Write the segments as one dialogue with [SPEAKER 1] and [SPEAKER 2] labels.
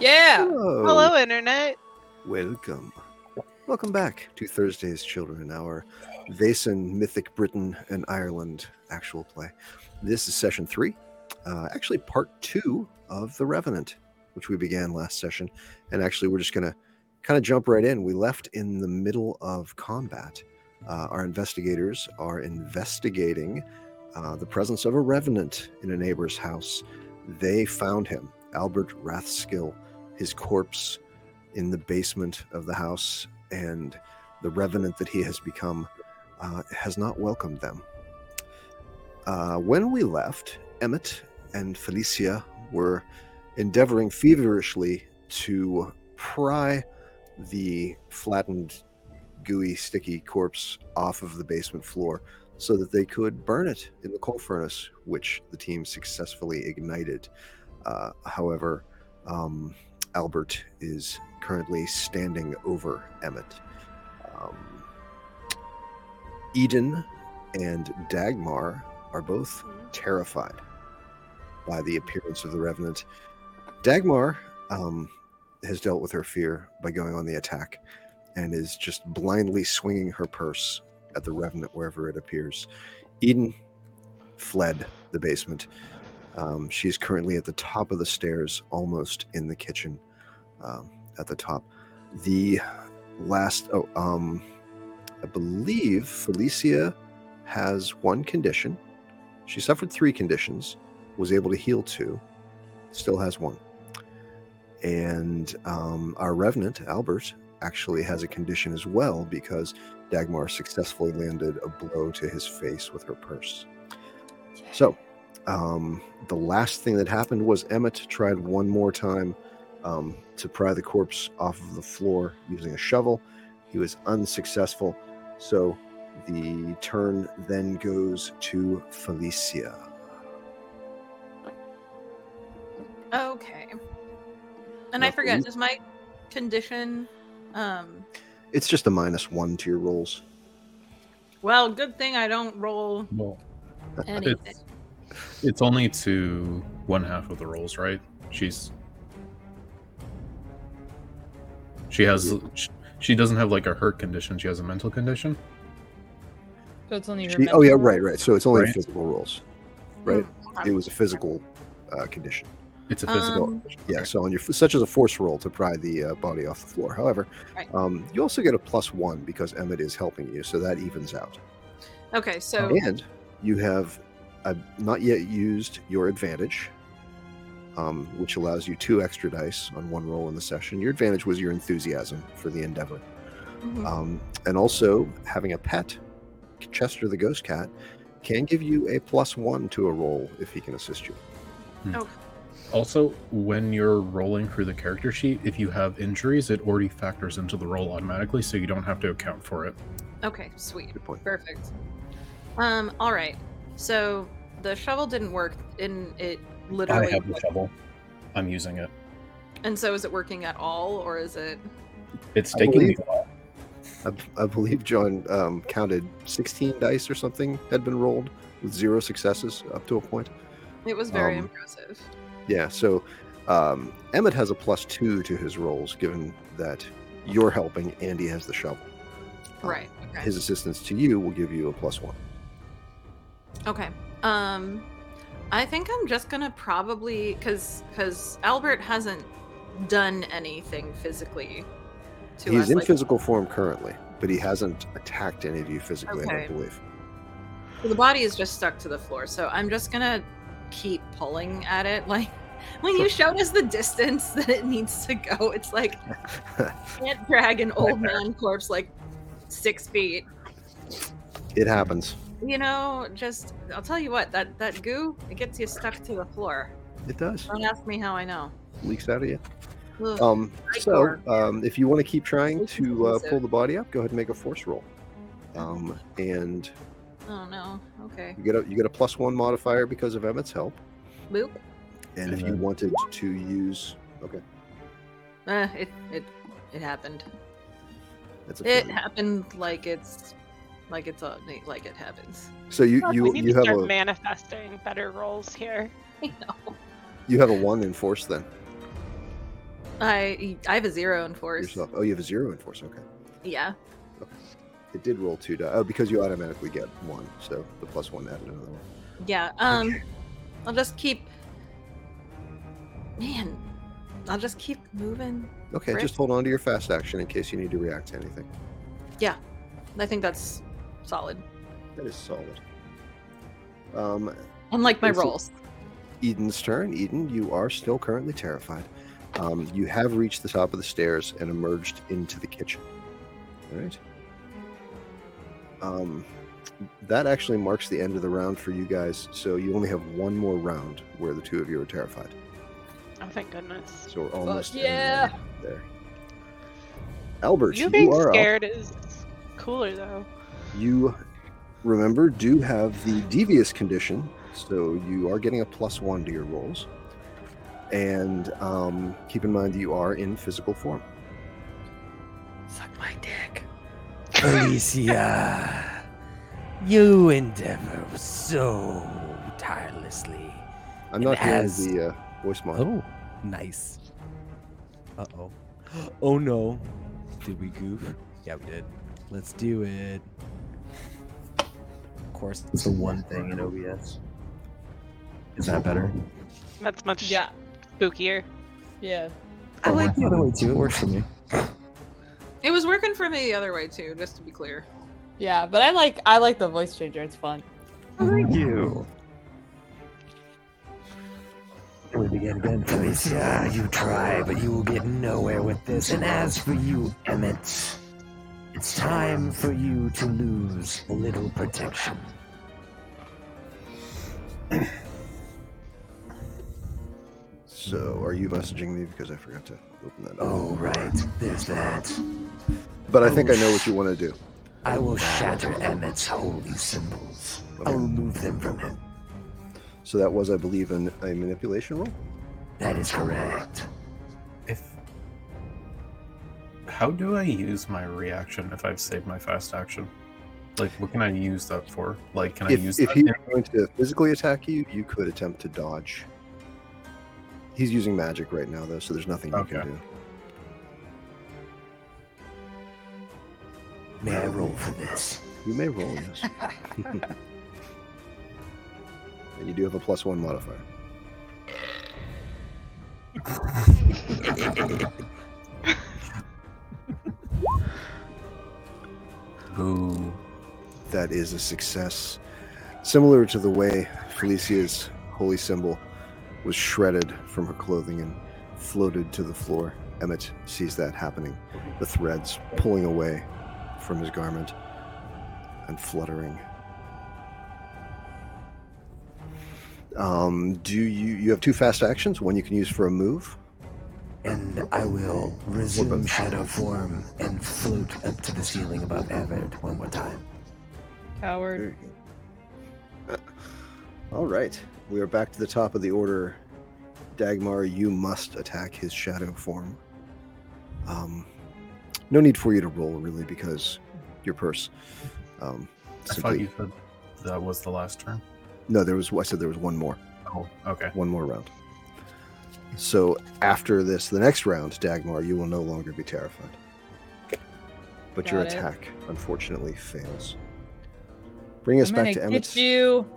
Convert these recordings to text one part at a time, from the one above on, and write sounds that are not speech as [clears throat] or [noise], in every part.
[SPEAKER 1] Yeah.
[SPEAKER 2] Hello.
[SPEAKER 3] Hello, internet.
[SPEAKER 2] Welcome. Welcome back to Thursday's Children, our Vason, Mythic Britain, and Ireland actual play. This is session three, uh, actually part two of The Revenant, which we began last session. And actually, we're just going to kind of jump right in. We left in the middle of combat. Uh, our investigators are investigating uh, the presence of a revenant in a neighbor's house. They found him, Albert Rathskill, his corpse in the basement of the house, and the revenant that he has become uh, has not welcomed them. Uh, when we left, Emmet and Felicia were endeavoring feverishly to pry the flattened, gooey, sticky corpse off of the basement floor so that they could burn it in the coal furnace, which the team successfully ignited. Uh, however, um, Albert is currently standing over Emmett. Um, Eden and Dagmar are both terrified by the appearance of the Revenant. Dagmar um, has dealt with her fear by going on the attack and is just blindly swinging her purse at the Revenant wherever it appears. Eden fled the basement. Um, she's currently at the top of the stairs, almost in the kitchen um, at the top. The last, oh, um, I believe Felicia has one condition. She suffered three conditions, was able to heal two, still has one. And um, our revenant, Albert, actually has a condition as well because Dagmar successfully landed a blow to his face with her purse. So, um, the last thing that happened was Emmett tried one more time um, to pry the corpse off of the floor using a shovel. He was unsuccessful. So, the turn then goes to Felicia.
[SPEAKER 1] Okay. And I
[SPEAKER 2] Nothing.
[SPEAKER 1] forget, does my condition um
[SPEAKER 2] It's just a minus one to your rolls.
[SPEAKER 1] well, good thing I don't roll
[SPEAKER 4] Well,
[SPEAKER 1] anything.
[SPEAKER 4] it's only to one half of the rolls, right? She's she has sh- she doesn't have like a hurt condition. She has a mental condition.
[SPEAKER 5] So it's only your
[SPEAKER 2] She- oh yeah,
[SPEAKER 5] mental
[SPEAKER 2] right, right. So it's only
[SPEAKER 4] Right.
[SPEAKER 2] physical rolls. right. It was a physical uh, condition.
[SPEAKER 4] It's a
[SPEAKER 1] Um,
[SPEAKER 4] physical.
[SPEAKER 2] Yeah. So on your such as a force roll to pry the uh, body off the floor. However,
[SPEAKER 1] Right.
[SPEAKER 2] um, you also get a plus one because Emmett is helping you, so that evens out.
[SPEAKER 1] Okay, so
[SPEAKER 5] Oh.
[SPEAKER 2] And you have uh, not yet used your advantage, um, which allows you two extra dice on one roll in the session. Your advantage was your enthusiasm for the endeavor.
[SPEAKER 1] Mhm.
[SPEAKER 2] Um, and also, having a pet, Chester the ghost cat, can give you a plus one to a roll if he can assist you.
[SPEAKER 4] Also, when you're rolling through the character sheet, if you have injuries, it already factors into the roll automatically, so you don't have to account for it.
[SPEAKER 1] okay, sweet.
[SPEAKER 2] Good point.
[SPEAKER 1] Perfect. Um, all right. So the shovel didn't work and it
[SPEAKER 4] I
[SPEAKER 1] literally
[SPEAKER 4] have the shovel. I'm using it.
[SPEAKER 1] and so is it working at all or is it
[SPEAKER 4] It's
[SPEAKER 2] I
[SPEAKER 4] taking me
[SPEAKER 2] believe-
[SPEAKER 4] a while.
[SPEAKER 2] I, I believe John um, counted 16 dice or something had been rolled with zero successes up to a point.
[SPEAKER 1] it was very
[SPEAKER 2] Um,
[SPEAKER 1] impressive.
[SPEAKER 2] Yeah, so um, Emmett has a plus two to his rolls given that you're helping and he has the shovel. Um,
[SPEAKER 1] Right. Okay.
[SPEAKER 2] His assistance to you will give you a plus one.
[SPEAKER 1] Okay. Um, I think I'm just gonna probably because because Albert hasn't done anything physically to
[SPEAKER 2] He's
[SPEAKER 1] us.
[SPEAKER 2] in
[SPEAKER 1] like-
[SPEAKER 2] physical form currently, but he hasn't attacked any of you physically, I
[SPEAKER 1] Okay.
[SPEAKER 2] don't believe.
[SPEAKER 1] The body is just stuck to the floor, so I'm just gonna keep pulling at it. [laughs] Like when you showed us the distance that it needs to go,
[SPEAKER 2] [laughs]
[SPEAKER 1] it's like can't drag an old man corpse like six feet.
[SPEAKER 2] It happens.
[SPEAKER 1] You know, just I'll tell you what that that goo it gets you stuck to the floor.
[SPEAKER 2] It does.
[SPEAKER 1] Don't ask me how I know.
[SPEAKER 2] Leaks out of you.
[SPEAKER 1] Ugh.
[SPEAKER 2] Um,
[SPEAKER 1] Right
[SPEAKER 2] so,
[SPEAKER 1] door.
[SPEAKER 2] um, if you want to keep trying
[SPEAKER 1] This is
[SPEAKER 2] to uh,
[SPEAKER 1] elusive.
[SPEAKER 2] pull the body up, go ahead and make a force roll. Um, and
[SPEAKER 1] oh no. Okay.
[SPEAKER 2] you get a you get a plus one modifier because of Emmett's help.
[SPEAKER 1] Boop.
[SPEAKER 2] And if you
[SPEAKER 4] Amen.
[SPEAKER 2] wanted to use,
[SPEAKER 1] Uh, it it it happened.
[SPEAKER 2] that's
[SPEAKER 1] It
[SPEAKER 2] failure.
[SPEAKER 1] happened like it's like it's a, like it happens.
[SPEAKER 2] So you
[SPEAKER 3] we
[SPEAKER 2] you
[SPEAKER 3] need
[SPEAKER 2] you
[SPEAKER 3] to
[SPEAKER 2] have
[SPEAKER 3] start
[SPEAKER 2] a
[SPEAKER 3] manifesting better roles here.
[SPEAKER 1] You know.
[SPEAKER 2] you have a one in force then.
[SPEAKER 1] I I have a zero in force.
[SPEAKER 2] yourself. Oh, you have a zero in force. Okay.
[SPEAKER 1] Yeah.
[SPEAKER 2] It did roll two die. Oh, because you automatically get one. So the plus one added another one.
[SPEAKER 1] Yeah. Um I'll just keep Man, I'll just keep moving.
[SPEAKER 2] Okay,
[SPEAKER 1] Great.
[SPEAKER 2] just hold on to your fast action in case you need to react to anything.
[SPEAKER 1] I think that's solid.
[SPEAKER 2] That is solid. Um,
[SPEAKER 1] Unlike my
[SPEAKER 2] Excellent.
[SPEAKER 1] rolls.
[SPEAKER 2] Eden's turn. Eden, you are still currently terrified. Um, you have reached the top of the stairs and emerged into the kitchen. All right. Um, that actually marks the end of the round for you guys. So you only have one more round where the two of you are terrified.
[SPEAKER 3] Oh, thank goodness.
[SPEAKER 2] So we're almost in
[SPEAKER 5] yeah.
[SPEAKER 2] there. Albert,
[SPEAKER 3] You
[SPEAKER 2] you,
[SPEAKER 3] being
[SPEAKER 2] are up.
[SPEAKER 3] scared is cooler though.
[SPEAKER 2] You remember do have the devious condition, so you are getting a plus one to your rolls. And um, keep in mind that you are in physical form.
[SPEAKER 6] Suck my dick. Alicia, you endeavor so tirelessly.
[SPEAKER 2] I'm not
[SPEAKER 6] It
[SPEAKER 2] hearing
[SPEAKER 6] has-
[SPEAKER 2] the uh, voice mod.
[SPEAKER 6] Oh, nice. Uh oh. Oh no. Did we goof? Yeah, we did. Let's do it. Of course, it's the one thing in OBS. Is that better?
[SPEAKER 3] That's much
[SPEAKER 5] Yeah.
[SPEAKER 3] spookier.
[SPEAKER 5] Yeah.
[SPEAKER 6] I like the other way too. It works for me.
[SPEAKER 1] It was working for me the other way too, just to be clear.
[SPEAKER 5] Yeah, but I like I like the voice changer. It's fun.
[SPEAKER 6] Thank you. We begin again, Felicia. You try, but you will get nowhere with this. And as for you, Emmett, it's time for you to lose a little protection.
[SPEAKER 2] So are you messaging me because I forgot to open that up?
[SPEAKER 6] Oh, right, there's that.
[SPEAKER 2] But I think I know what you want to do.
[SPEAKER 6] I will shatter Emmett's holy symbols. I
[SPEAKER 2] Okay.
[SPEAKER 6] will remove them from him.
[SPEAKER 2] So that was, I believe, an, a manipulation roll.
[SPEAKER 6] That is correct.
[SPEAKER 4] If how do I use my reaction if I've saved my fast action? Like, what can I use that for? Like, can I use
[SPEAKER 2] If, if
[SPEAKER 4] that?
[SPEAKER 2] he were going to physically attack you, you could attempt to dodge. He's using magic right now, though, so there's nothing you can
[SPEAKER 4] Okay.
[SPEAKER 2] do.
[SPEAKER 6] May I roll for this?
[SPEAKER 2] You may roll this. and you do have a plus one modifier.
[SPEAKER 4] Boo.
[SPEAKER 2] That is a success. Similar to the way Felicia's holy symbol was shredded from her clothing and floated to the floor, Emmett sees that happening. The threads pulling away from his garment and fluttering. Um, do you you have two fast actions? One you can use for a move.
[SPEAKER 6] And I will resume shadow form and float up to the ceiling above Abbott one more time.
[SPEAKER 5] Coward.
[SPEAKER 2] [laughs] All right, we are back to the top of the order. Dagmar, you must attack his shadow form. Um, no need for you to roll really because your purse. Um,
[SPEAKER 4] I
[SPEAKER 2] simply-
[SPEAKER 4] thought you said that was the last turn.
[SPEAKER 2] No, there was. I said there was one more.
[SPEAKER 4] Oh, okay.
[SPEAKER 2] One more round. So after this, the next round, Dagmar, you will no longer be terrified. But your
[SPEAKER 5] Got it.
[SPEAKER 2] attack, unfortunately, fails. Bring us back to Emmett's,
[SPEAKER 5] get you.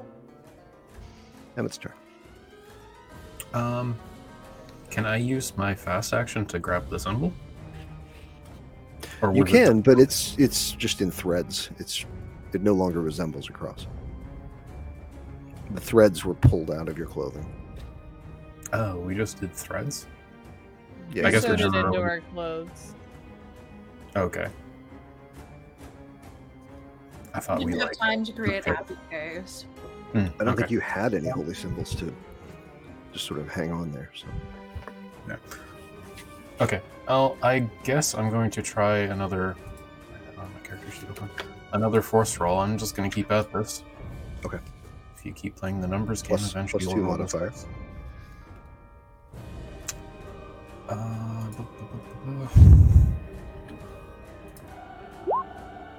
[SPEAKER 2] Emmett's turn.
[SPEAKER 4] Um, can I use my fast action to grab the symbol? Or
[SPEAKER 2] You
[SPEAKER 4] was it-
[SPEAKER 2] can, but it's it's just in threads. It's it no longer resembles a cross. The threads were pulled out of your clothing.
[SPEAKER 4] Oh, we just did threads.
[SPEAKER 2] Yeah,
[SPEAKER 4] I guess
[SPEAKER 5] so
[SPEAKER 4] we
[SPEAKER 5] did
[SPEAKER 4] should roll.
[SPEAKER 5] into our clothes.
[SPEAKER 4] Okay. I thought
[SPEAKER 1] You
[SPEAKER 4] Oh, we
[SPEAKER 1] didn't have
[SPEAKER 4] like.
[SPEAKER 1] time to create
[SPEAKER 4] Okay.
[SPEAKER 1] happy days.
[SPEAKER 4] Hmm,
[SPEAKER 2] I don't
[SPEAKER 4] okay.
[SPEAKER 2] think you had any holy symbols to just sort of hang on there. So
[SPEAKER 4] Okay. Oh, I guess I'm going to try another. Oh, my character sheet open. Another force roll. I'm just going to keep at this.
[SPEAKER 2] Okay.
[SPEAKER 4] If you keep playing the numbers game,
[SPEAKER 2] Plus-
[SPEAKER 4] eventually
[SPEAKER 2] plus
[SPEAKER 4] you'll
[SPEAKER 2] two
[SPEAKER 4] roll this
[SPEAKER 2] modifier.
[SPEAKER 4] dice. Uh, bu- bu- [sighs] bu- bu-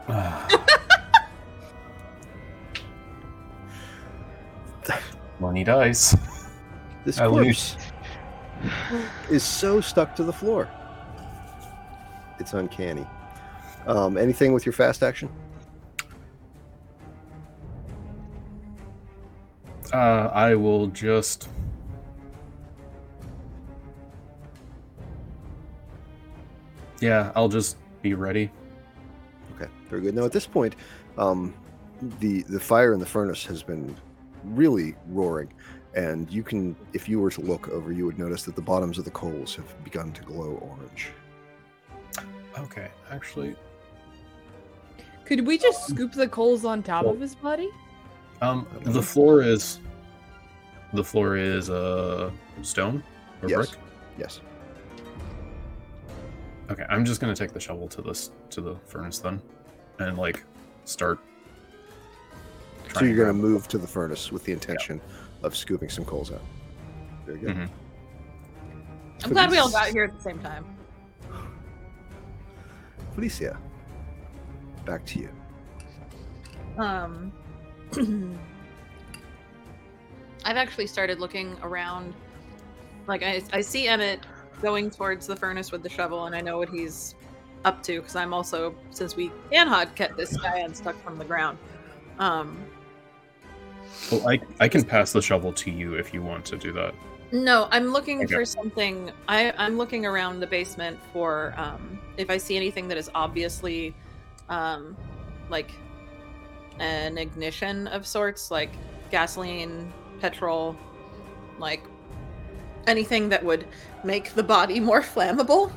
[SPEAKER 4] Ah. Money dice.
[SPEAKER 2] this
[SPEAKER 4] I Oh,
[SPEAKER 2] corpse
[SPEAKER 4] lose.
[SPEAKER 2] is so stuck to the floor. It's uncanny. Um, anything with your fast action?
[SPEAKER 4] Uh, I will just. Yeah, I'll just be ready.
[SPEAKER 2] Okay, very good. Now at this point, um, the the fire in the furnace has been really roaring, and you can, if you were to look over, you would notice that the bottoms of the coals have begun to glow orange.
[SPEAKER 4] Okay, actually,
[SPEAKER 5] Could we just scoop the coals on top of his body?
[SPEAKER 4] um, the floor is. The floor is uh, stone or
[SPEAKER 2] Yes.
[SPEAKER 4] brick.
[SPEAKER 2] Yes.
[SPEAKER 4] Okay, I'm just gonna take the shovel to this to the furnace then, and like start.
[SPEAKER 2] So
[SPEAKER 4] trying
[SPEAKER 2] you're going to
[SPEAKER 4] grab-
[SPEAKER 2] move to the furnace with the intention of scooping some coals out. Very good.
[SPEAKER 4] Mhm. Mm-hmm.
[SPEAKER 1] I'm glad we all got here at the same time.
[SPEAKER 2] Felicia, back to you.
[SPEAKER 1] Um, [clears throat] I've actually started looking around. Like I, I see Emmett going towards the furnace with the shovel, and I know what he's up to because I'm also since we Anhod kept this guy unstuck from the ground. Um,
[SPEAKER 4] Well, I I can pass the shovel to you if you want to do that.
[SPEAKER 1] no, I'm looking
[SPEAKER 4] Okay.
[SPEAKER 1] for something. I, I'm looking around the basement for um, if I see anything that is obviously um, like an ignition of sorts, like gasoline, petrol, like anything that would make the body [laughs] more flammable.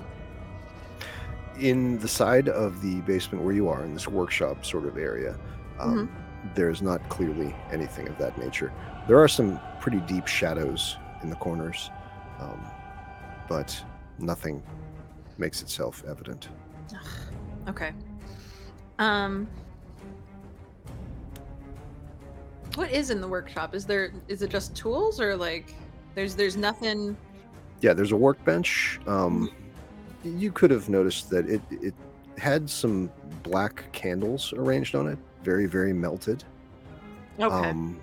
[SPEAKER 2] in the side of the basement where you are in this workshop sort of area um, there's not clearly anything of that nature there are some pretty deep shadows in the corners um, but nothing makes itself evident
[SPEAKER 1] Okay. Um What is in the workshop? Is there is it just tools or like there's there's nothing
[SPEAKER 2] yeah there's a workbench um, you could have noticed that it, it had some black candles arranged on it very very melted
[SPEAKER 1] Okay.
[SPEAKER 2] um,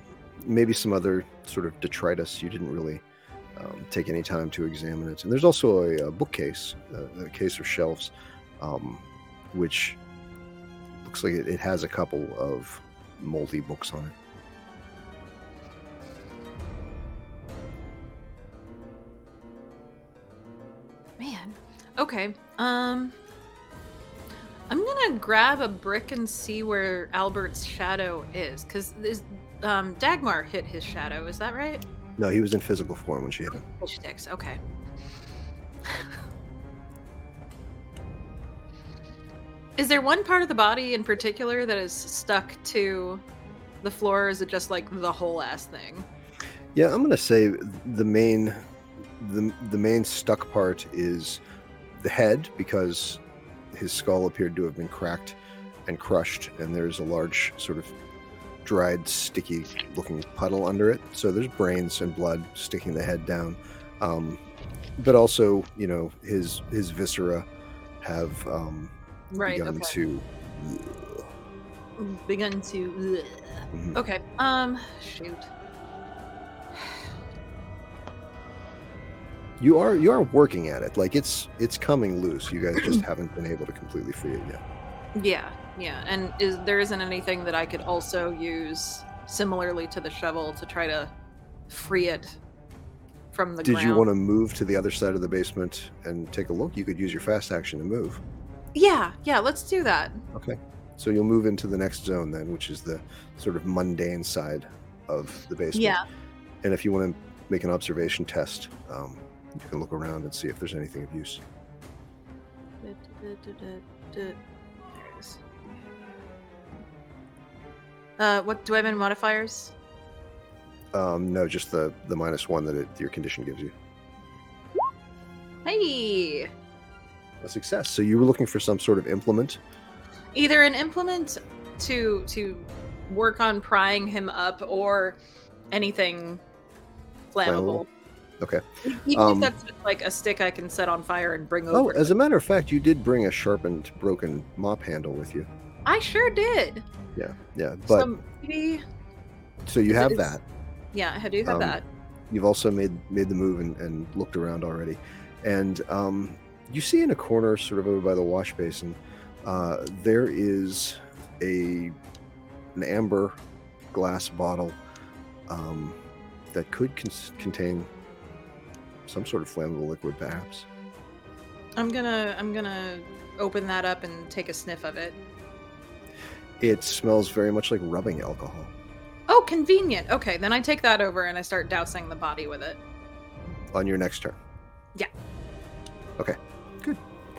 [SPEAKER 2] maybe some other sort of detritus. You didn't really um, take any time to examine it. And there's also a, uh bookcase, a, a case of shelves, um, which looks like it, it has a couple of moldy books on it.
[SPEAKER 1] Man. Okay. Um I'm gonna grab a brick and see where Albert's shadow is, because um, Dagmar hit his shadow. Is that right?
[SPEAKER 2] No, he was in physical form when she hit him.
[SPEAKER 1] Which sticks. Okay. [laughs] is there one part of the body in particular that is stuck to the floor? Or is it just like the whole ass thing?
[SPEAKER 2] Yeah, I'm gonna say the main, the the main stuck part is the head because his skull appeared to have been cracked and crushed, and there's a large sort of dried, sticky-looking puddle under it. So there's brains and blood sticking the head down, um, but also you know his his viscera have um,
[SPEAKER 1] Right.
[SPEAKER 2] begun
[SPEAKER 1] okay.
[SPEAKER 2] to.
[SPEAKER 1] Begun to.
[SPEAKER 2] Mhm.
[SPEAKER 1] Okay. Um. Shoot.
[SPEAKER 2] You are you are working at it. Like it's it's coming loose. You guys
[SPEAKER 1] [clears throat]
[SPEAKER 2] just haven't been able to completely free it yet.
[SPEAKER 1] Yeah. Yeah. And is there isn't anything that I could also use similarly to the shovel to try to free it from the
[SPEAKER 2] Did
[SPEAKER 1] ground?
[SPEAKER 2] you want to move to the other side of the basement and take a look? You could use your fast action to move.
[SPEAKER 1] Yeah. Yeah. Let's do that.
[SPEAKER 2] So you'll move into the next zone then, which is the sort of mundane side of the basement.
[SPEAKER 1] Yeah.
[SPEAKER 2] And if you want to make an observation test, um, you can look around and see if there's anything of use.
[SPEAKER 1] There it is. Uh, what do I have in modifiers?
[SPEAKER 2] Um, no, just the the minus one that it, your condition gives you.
[SPEAKER 1] Hey,
[SPEAKER 2] A success. So you were looking for some sort of implement.
[SPEAKER 1] either an implement to to work on prying him up, or anything
[SPEAKER 2] Flammable?
[SPEAKER 1] flammable.
[SPEAKER 2] Okay.
[SPEAKER 1] E- Even
[SPEAKER 2] Um,
[SPEAKER 1] if that's just like a stick I can set on fire and bring
[SPEAKER 2] Oh,
[SPEAKER 1] over.
[SPEAKER 2] as a matter of fact, you did bring a sharpened, broken mop handle with you.
[SPEAKER 1] I sure did.
[SPEAKER 2] Yeah, but
[SPEAKER 1] so maybe,
[SPEAKER 2] so you have
[SPEAKER 1] it's-
[SPEAKER 2] that.
[SPEAKER 1] yeah, I do have
[SPEAKER 2] Um,
[SPEAKER 1] that.
[SPEAKER 2] you've also made made the move and, and looked around already and um, you see in a corner, sort of over by the wash basin, uh, there is a an amber glass bottle um, that could cons contain some sort of flammable liquid, perhaps.
[SPEAKER 1] I'm gonna I'm gonna open that up and take a sniff of it.
[SPEAKER 2] It smells very much like rubbing alcohol.
[SPEAKER 1] Oh, convenient. Okay, then I take that over and I start dousing the body with it.
[SPEAKER 2] On your next turn,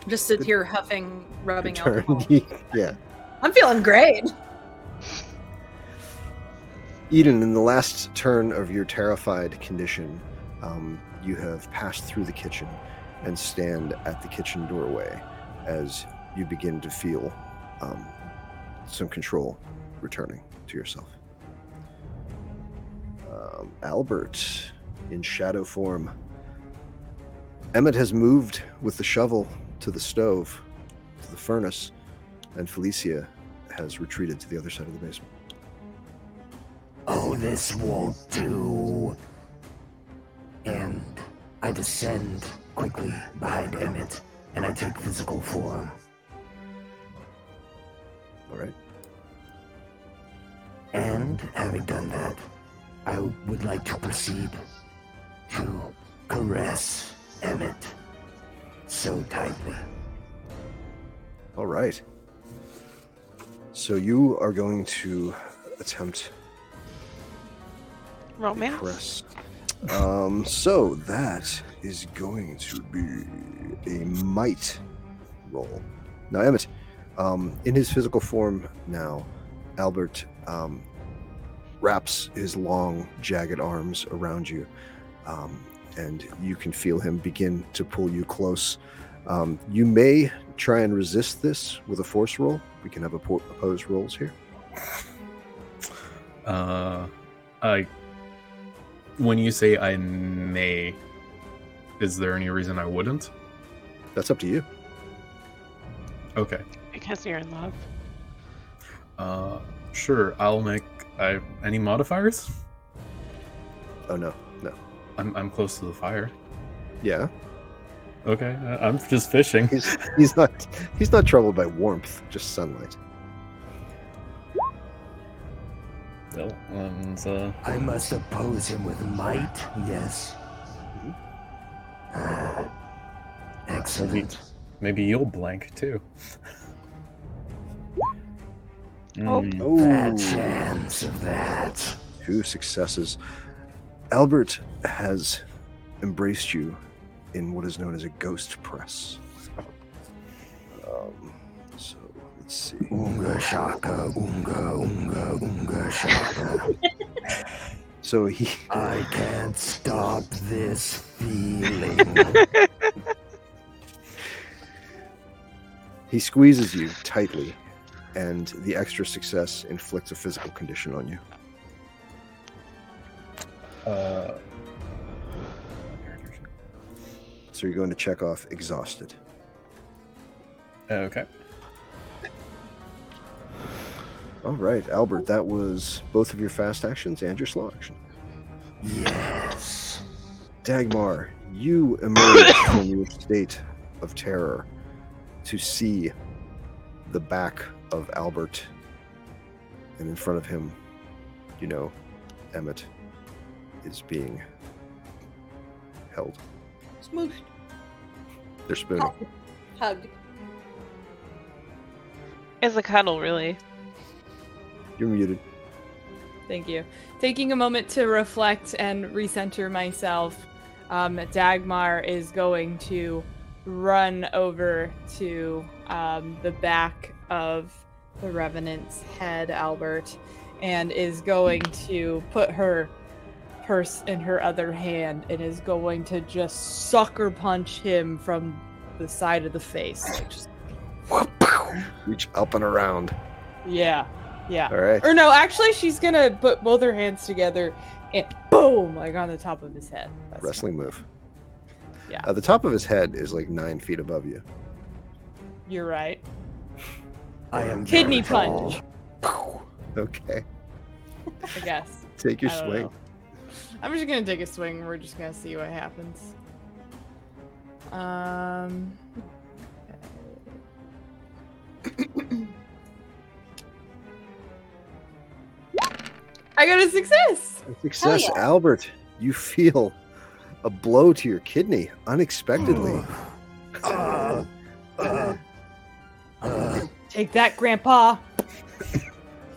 [SPEAKER 1] Just sit here huffing, rubbing
[SPEAKER 2] Your [laughs] turn.
[SPEAKER 1] alcohol.
[SPEAKER 2] yeah.
[SPEAKER 1] I'm feeling
[SPEAKER 2] [laughs]
[SPEAKER 1] great.
[SPEAKER 2] Eden, in the last turn of your terrified condition, um, you have passed through the kitchen and stand at the kitchen doorway as you begin to feel um, some control returning to yourself. Um, Albert, in shadow form, Emmett has moved with the shovel to the stove, to the furnace, and Felicia has retreated to the other side of the basement.
[SPEAKER 6] Oh, this won't do. And I descend quickly behind Emmett, and I take physical form.
[SPEAKER 2] All right.
[SPEAKER 6] And having done that, I would like to proceed to caress Emmett so tightly.
[SPEAKER 2] All right. So you are going to attempt
[SPEAKER 3] Romance.
[SPEAKER 2] press. Um, so that is going to be a might roll. Now, Emmett, um, in his physical form now, Albert um, wraps his long, jagged arms around you, um, and you can feel him begin to pull you close. Um, you may try and resist this with a force roll. We can have oppo- opposed rolls here.
[SPEAKER 4] Uh, I. When you say I may, is there any reason I wouldn't?
[SPEAKER 2] That's up to you.
[SPEAKER 4] Okay.
[SPEAKER 3] Because you're in love.
[SPEAKER 4] Uh, sure. I'll make. I any modifiers?
[SPEAKER 2] Oh no, no.
[SPEAKER 4] I'm I'm close to the fire.
[SPEAKER 2] Yeah,
[SPEAKER 4] Okay. I- I'm just fishing.
[SPEAKER 2] he's he's not he's not troubled by warmth, just sunlight.
[SPEAKER 4] Well, um, so-
[SPEAKER 6] I must oppose him with might, yes. Ah, excellent.
[SPEAKER 4] maybe you'll blank too. [laughs]
[SPEAKER 3] Oh.
[SPEAKER 4] Mm.
[SPEAKER 6] That chance of that.
[SPEAKER 2] two successes. Albert has embraced you in what is known as a ghost press. Um, so let's see.
[SPEAKER 6] Unga shaka, unga, unga, unga shaka.
[SPEAKER 2] So he
[SPEAKER 6] I can't stop this feeling.
[SPEAKER 2] he squeezes you tightly, and the extra success inflicts a physical condition on you.
[SPEAKER 4] Uh,
[SPEAKER 2] So you're going to check off exhausted.
[SPEAKER 4] okay.
[SPEAKER 2] All right, Albert, that was both of your fast actions and your slow action.
[SPEAKER 6] yes.
[SPEAKER 2] Dagmar, you emerge
[SPEAKER 5] [coughs]
[SPEAKER 2] from your state of terror to see the back of Albert and in front of him, you know, Emmett is being held.
[SPEAKER 1] Smooth
[SPEAKER 2] They're spooning.
[SPEAKER 1] hug.
[SPEAKER 3] It's a cuddle, really.
[SPEAKER 2] You're muted.
[SPEAKER 5] Thank you. Taking a moment to reflect and recenter myself, um, Dagmar is going to run over to um, the back of the Revenant's head, Albert, and is going to put her purse in her other hand and is going to just sucker punch him from the side of the face. Like, just-
[SPEAKER 2] Reach up and around.
[SPEAKER 5] yeah, yeah.
[SPEAKER 2] All right.
[SPEAKER 5] Or no, actually, she's gonna put both her hands together and boom, like on the top of his head. That's
[SPEAKER 2] Wrestling move.
[SPEAKER 5] Yeah.
[SPEAKER 2] Uh, the top of his head is like nine feet above you.
[SPEAKER 5] You're right.
[SPEAKER 6] I am
[SPEAKER 5] Kidney
[SPEAKER 6] grateful.
[SPEAKER 5] punch.
[SPEAKER 2] Okay.
[SPEAKER 5] I guess.
[SPEAKER 2] Take your
[SPEAKER 5] I don't
[SPEAKER 2] swing.
[SPEAKER 5] know. I'm just gonna take a swing. We're just gonna see what happens. Um. [coughs] I got a success.
[SPEAKER 2] Success, Albert. You feel a blow to your kidney unexpectedly.
[SPEAKER 6] Mm. Uh, uh, uh.
[SPEAKER 5] Take that, Grandpa.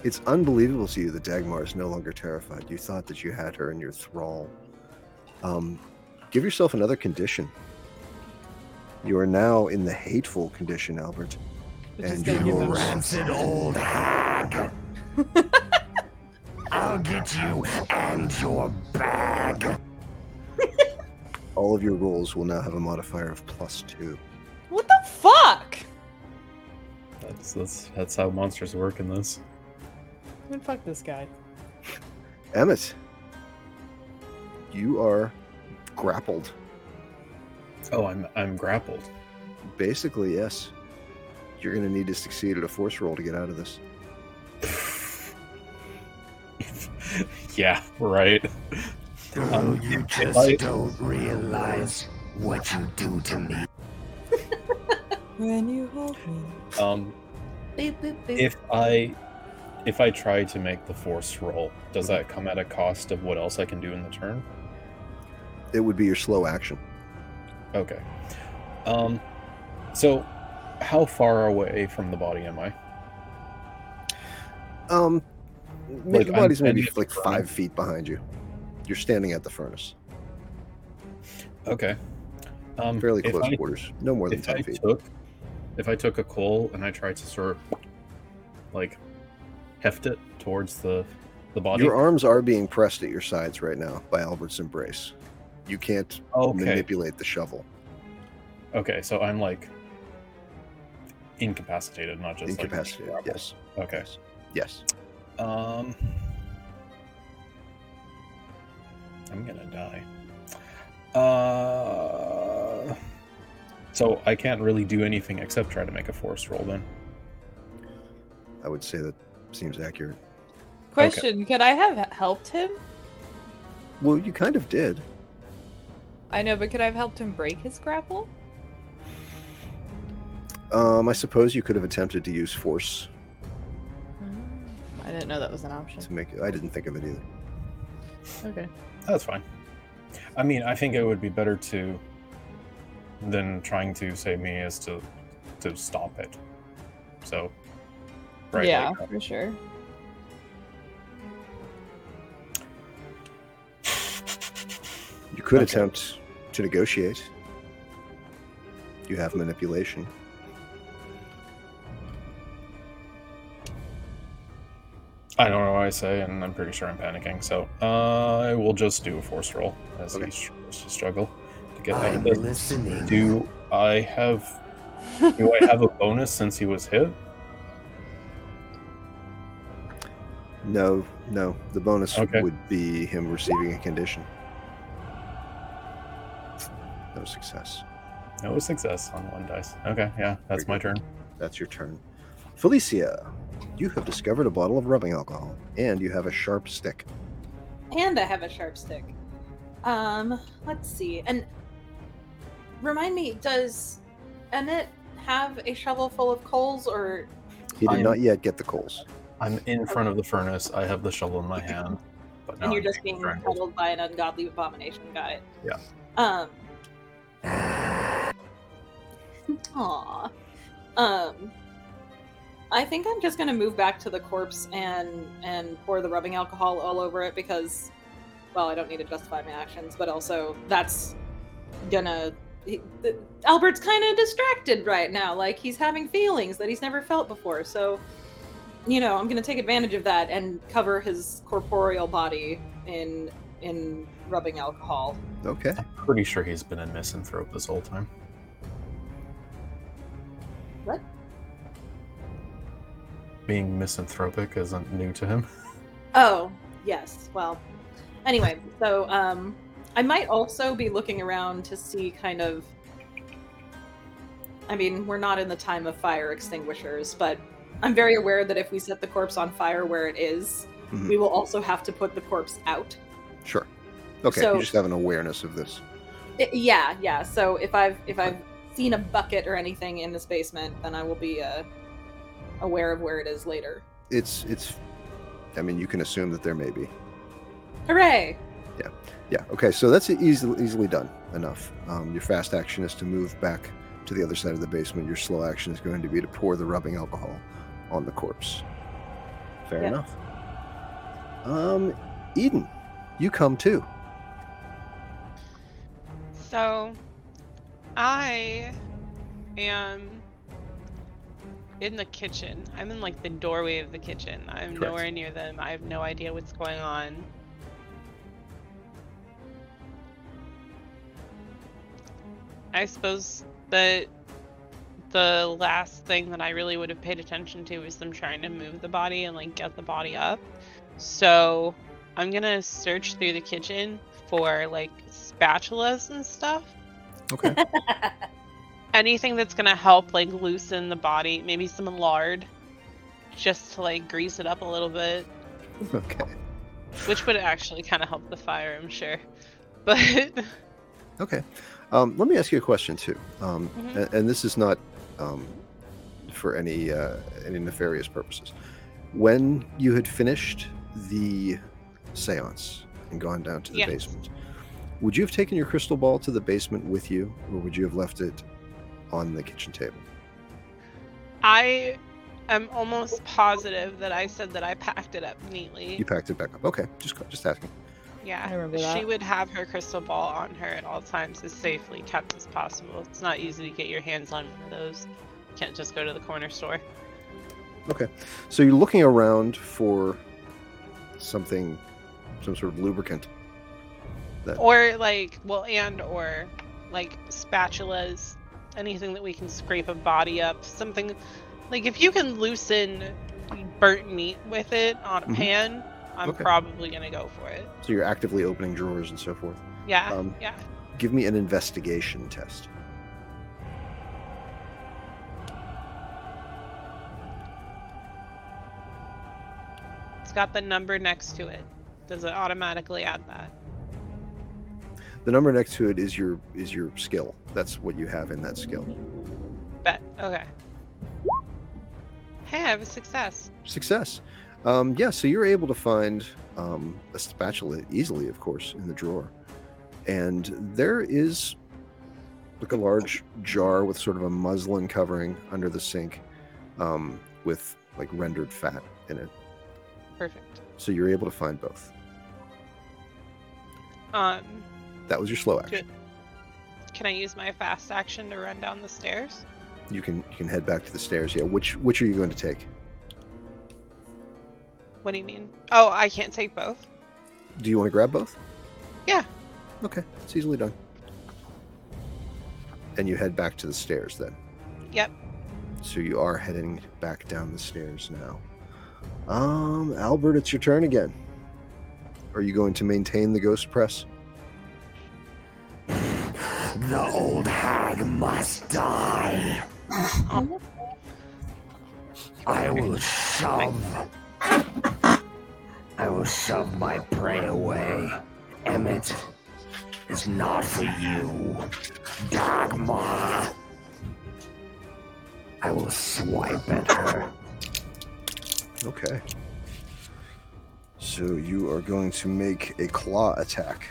[SPEAKER 2] It's unbelievable to you that Dagmar is no longer terrified. You thought that you had her in your thrall. Um, give yourself another condition. You are now in the hateful condition, Albert.
[SPEAKER 5] Which is
[SPEAKER 2] And
[SPEAKER 5] gonna
[SPEAKER 2] you
[SPEAKER 5] give
[SPEAKER 2] will
[SPEAKER 5] them-
[SPEAKER 6] rancid old hag. I'll get you and your bag.
[SPEAKER 2] All of your rolls will now have a modifier of plus two.
[SPEAKER 5] What the fuck?
[SPEAKER 4] That's that's that's how monsters work in this.
[SPEAKER 5] Man, fuck this guy.
[SPEAKER 2] Emmett, you are grappled.
[SPEAKER 4] Oh, I'm I'm grappled.
[SPEAKER 2] Basically, yes. You're going to need to succeed at a force roll to get out of this.
[SPEAKER 4] yeah, right.
[SPEAKER 6] Girl,
[SPEAKER 4] Um,
[SPEAKER 6] you just
[SPEAKER 4] I-
[SPEAKER 6] don't realize what you do to me.
[SPEAKER 5] When you hold me.
[SPEAKER 4] Um,
[SPEAKER 1] Boop, boop, boop.
[SPEAKER 4] if I if I try to make the force roll, does that come at a cost of what else I can do in the turn?
[SPEAKER 2] It would be your slow action.
[SPEAKER 4] Okay. Um, so how far away from the body am I?
[SPEAKER 2] Um,
[SPEAKER 4] Like,
[SPEAKER 2] the
[SPEAKER 4] I'm
[SPEAKER 2] body's maybe
[SPEAKER 4] standing at
[SPEAKER 2] like
[SPEAKER 4] the
[SPEAKER 2] five
[SPEAKER 4] furnace.
[SPEAKER 2] feet behind you. You're standing at the furnace,
[SPEAKER 4] Okay. Um,
[SPEAKER 2] fairly
[SPEAKER 4] if
[SPEAKER 2] close
[SPEAKER 4] I-
[SPEAKER 2] quarters, no more than
[SPEAKER 4] if
[SPEAKER 2] ten
[SPEAKER 4] I
[SPEAKER 2] feet.
[SPEAKER 4] took if I took a coal and I tried to sort of like heft it towards the the body.
[SPEAKER 2] Your arms are being pressed at your sides right now by Albert's embrace. You can't
[SPEAKER 4] okay.
[SPEAKER 2] manipulate the shovel.
[SPEAKER 4] Okay, so I'm like incapacitated, not just
[SPEAKER 2] Incapacitated.
[SPEAKER 4] Like, grappled.
[SPEAKER 2] yes.
[SPEAKER 4] Okay.
[SPEAKER 2] Yes. Yes.
[SPEAKER 4] Um, I'm gonna die. Uh, so I can't really do anything except try to make a force roll. Then
[SPEAKER 2] I would say that seems accurate.
[SPEAKER 5] Question: Could I have helped him?
[SPEAKER 2] Well, you kind of did.
[SPEAKER 5] I know, but could I have helped him break his grapple?
[SPEAKER 2] Um, I suppose you could have attempted to use force
[SPEAKER 5] I didn't know that was an option.
[SPEAKER 2] to make it. I didn't think of it either.
[SPEAKER 5] Okay.
[SPEAKER 4] that's fine. I mean, I think it would be better to than trying to save me is to to stop it. So, right?
[SPEAKER 5] yeah,
[SPEAKER 4] like,
[SPEAKER 5] for sure.
[SPEAKER 2] You could
[SPEAKER 4] Okay.
[SPEAKER 2] attempt to negotiate. You have manipulation.
[SPEAKER 4] I don't know what I say, and I'm pretty sure I'm panicking. So uh, I will just do a force roll as
[SPEAKER 2] Okay.
[SPEAKER 4] he struggles to struggle to get out
[SPEAKER 6] I'm
[SPEAKER 4] of this.
[SPEAKER 6] listening.
[SPEAKER 4] Do I have do I have a bonus since he was hit?
[SPEAKER 2] No, no. The bonus
[SPEAKER 4] Okay.
[SPEAKER 2] would be him receiving a condition. No success.
[SPEAKER 4] No success on one dice. Okay, yeah, that's my turn.
[SPEAKER 2] That's your turn. Felicia, you have discovered a bottle of rubbing alcohol, and you have a sharp stick.
[SPEAKER 1] And I have a sharp stick. Um, let's see. And remind me, does Emmett have a shovel full of coals or
[SPEAKER 2] He did
[SPEAKER 4] I'm-
[SPEAKER 2] not yet get the coals.
[SPEAKER 4] I'm in front of the furnace. I have the shovel in my hand, but now
[SPEAKER 1] and you're
[SPEAKER 4] I'm
[SPEAKER 1] just being
[SPEAKER 4] strangled.
[SPEAKER 1] cuddled by an ungodly abomination? Got it.
[SPEAKER 4] Yeah.
[SPEAKER 1] Um Aw. Um I think I'm just gonna move back to the corpse and and pour the rubbing alcohol all over it because well, I don't need to justify my actions, but also that's gonna he, the, Albert's kind of distracted right now. Like he's having feelings that he's never felt before. So, you know, I'm gonna take advantage of that and cover his corporeal body in in rubbing alcohol.
[SPEAKER 2] Okay.
[SPEAKER 4] Pretty sure he's been a misanthrope this whole time.
[SPEAKER 1] What?
[SPEAKER 4] Being misanthropic isn't new to him.
[SPEAKER 1] Oh, yes. Well, anyway, so um, I might also be looking around to see kind of. I mean, we're not in the time of fire extinguishers, but I'm very aware that if we set the corpse on fire where it is,
[SPEAKER 2] Mhm.
[SPEAKER 1] we will also have to put the corpse out.
[SPEAKER 2] Sure. Okay.
[SPEAKER 1] So-
[SPEAKER 2] you just have an awareness of this.
[SPEAKER 1] I- Eh, yeah, yeah. So if I've if I've seen a bucket or anything in this basement, then I will be uh, aware of where it is later.
[SPEAKER 2] It's it's. I mean, you can assume that there may be.
[SPEAKER 1] Hooray!
[SPEAKER 2] Yeah. Okay. So that's e-, easily easily done enough. Um, your fast action is to move back to the other side of the basement. Your slow action is going to be to pour the rubbing alcohol on the corpse. Fair
[SPEAKER 1] Yeah.
[SPEAKER 2] enough. Um, Eden, you come too.
[SPEAKER 3] So, I am in the kitchen. I'm in like the doorway of the kitchen. I'm
[SPEAKER 2] Correct.
[SPEAKER 3] nowhere near them. I have no idea what's going on. I suppose that the last thing that I really would have paid attention to is them trying to move the body and like get the body up. So, I'm gonna search through the kitchen for like spatulas and stuff.
[SPEAKER 2] [laughs] Okay.
[SPEAKER 3] Anything that's gonna help like loosen the body, maybe some lard, just to like grease it up a little bit,
[SPEAKER 2] okay.
[SPEAKER 3] which would actually kind of help the fire, I'm sure. [laughs] But
[SPEAKER 2] Okay. Um, let me ask you a question too, um,
[SPEAKER 3] Mhm.
[SPEAKER 2] a- and, this is not um, for any uh, any nefarious purposes. When you had finished the séance and gone down to the
[SPEAKER 3] Yes.
[SPEAKER 2] basement, would you have taken your crystal ball to the basement with you, or would you have left it on the kitchen table?
[SPEAKER 3] I am almost positive that I said that I packed it up neatly.
[SPEAKER 2] You packed it back up. Okay, just just asking.
[SPEAKER 5] I
[SPEAKER 3] Yeah,
[SPEAKER 5] remember
[SPEAKER 3] she
[SPEAKER 5] that.
[SPEAKER 3] would have her crystal ball on her at all times, as safely kept as possible. It's not easy to get your hands on one of those. You can't just go to the corner store.
[SPEAKER 2] So you're looking around for something, some sort of lubricant.
[SPEAKER 3] or like well and or like spatulas anything that we can scrape a body up something like if you can loosen burnt meat with it on a
[SPEAKER 2] Mhm.
[SPEAKER 3] pan i'm
[SPEAKER 2] Okay.
[SPEAKER 3] probably gonna go for it
[SPEAKER 2] So you're actively opening drawers and so forth.
[SPEAKER 3] yeah
[SPEAKER 2] Um,
[SPEAKER 3] yeah
[SPEAKER 2] Give me an investigation test.
[SPEAKER 3] it's got the number next to it does it automatically add that
[SPEAKER 2] The number next to it is your is your skill. That's what you have in that skill.
[SPEAKER 3] bet okay hey i have a success
[SPEAKER 2] Success. Um, yeah, so you're able to find um, a spatula easily, of course, in the drawer, and there is like a large jar with sort of a muslin covering under the sink, um, with like rendered fat in it.
[SPEAKER 3] perfect
[SPEAKER 2] So you're able to find both.
[SPEAKER 3] um
[SPEAKER 2] That was your slow action.
[SPEAKER 3] can i use my fast action to run down the stairs
[SPEAKER 2] You can you can head back to the stairs. Yeah, which which are you going to take?
[SPEAKER 3] what do you mean oh i can't take both
[SPEAKER 2] Do you want to grab both?
[SPEAKER 3] Yeah.
[SPEAKER 2] Okay, it's easily done. And you head back to the stairs then.
[SPEAKER 3] Yep.
[SPEAKER 2] So you are heading back down the stairs now. Um, Albert, it's your turn again. Are you going to maintain the ghost press?
[SPEAKER 6] The old hag must die. I will shove. I will shove my prey away. Emmett is not for you. Dogma. I will swipe at her.
[SPEAKER 2] Okay. So you are going to make a claw attack.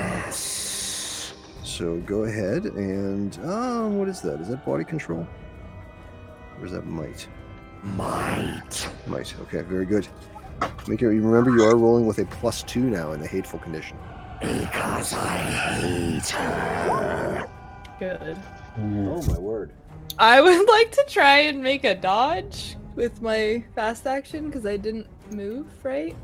[SPEAKER 6] Yes.
[SPEAKER 2] So go ahead and um, what is that? Is that body control? Or is that might?
[SPEAKER 6] Might.
[SPEAKER 2] Might. Okay, very good. Make it, remember, you are rolling with a plus two now in the hateful condition.
[SPEAKER 6] Because I hate her.
[SPEAKER 5] Good.
[SPEAKER 7] Oh my word.
[SPEAKER 5] I would [laughs] like to try and make a dodge with my fast action because I didn't move, right?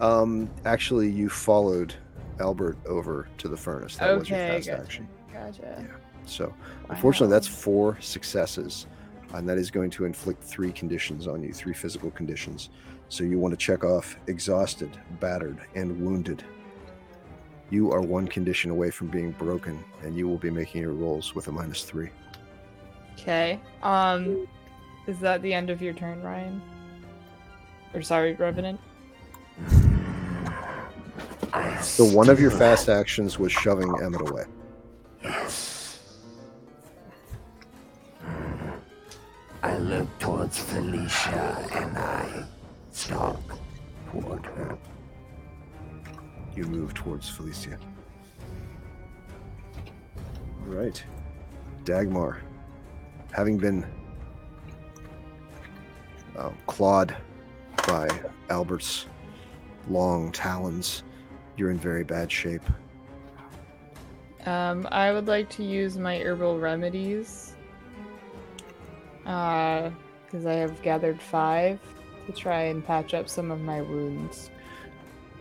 [SPEAKER 2] Um, actually, you followed Albert over to the furnace. That was your
[SPEAKER 5] Okay,
[SPEAKER 2] fast
[SPEAKER 5] gotcha.
[SPEAKER 2] action.
[SPEAKER 5] Gotcha.
[SPEAKER 2] So,
[SPEAKER 5] Wow.
[SPEAKER 2] unfortunately, that's four successes, and that is going to inflict three conditions on you, three physical conditions. So you want to check off exhausted, battered, and wounded. You are one condition away from being broken, and you will be making your rolls with a minus three.
[SPEAKER 5] Okay. Um, is that the end of your turn, Ryan? Or sorry, Revenant.
[SPEAKER 6] I Yes.
[SPEAKER 2] So one of your fast actions was shoving Emmett away.
[SPEAKER 6] Yes. I look towards Felicia and I stalk toward her.
[SPEAKER 2] You move towards Felicia. All right. Dagmar, having been uh, clawed by Albert's long talons, you're in very bad shape.
[SPEAKER 5] Um, I would like to use my herbal remedies. Uh, because I have gathered five to try and patch up some of my wounds.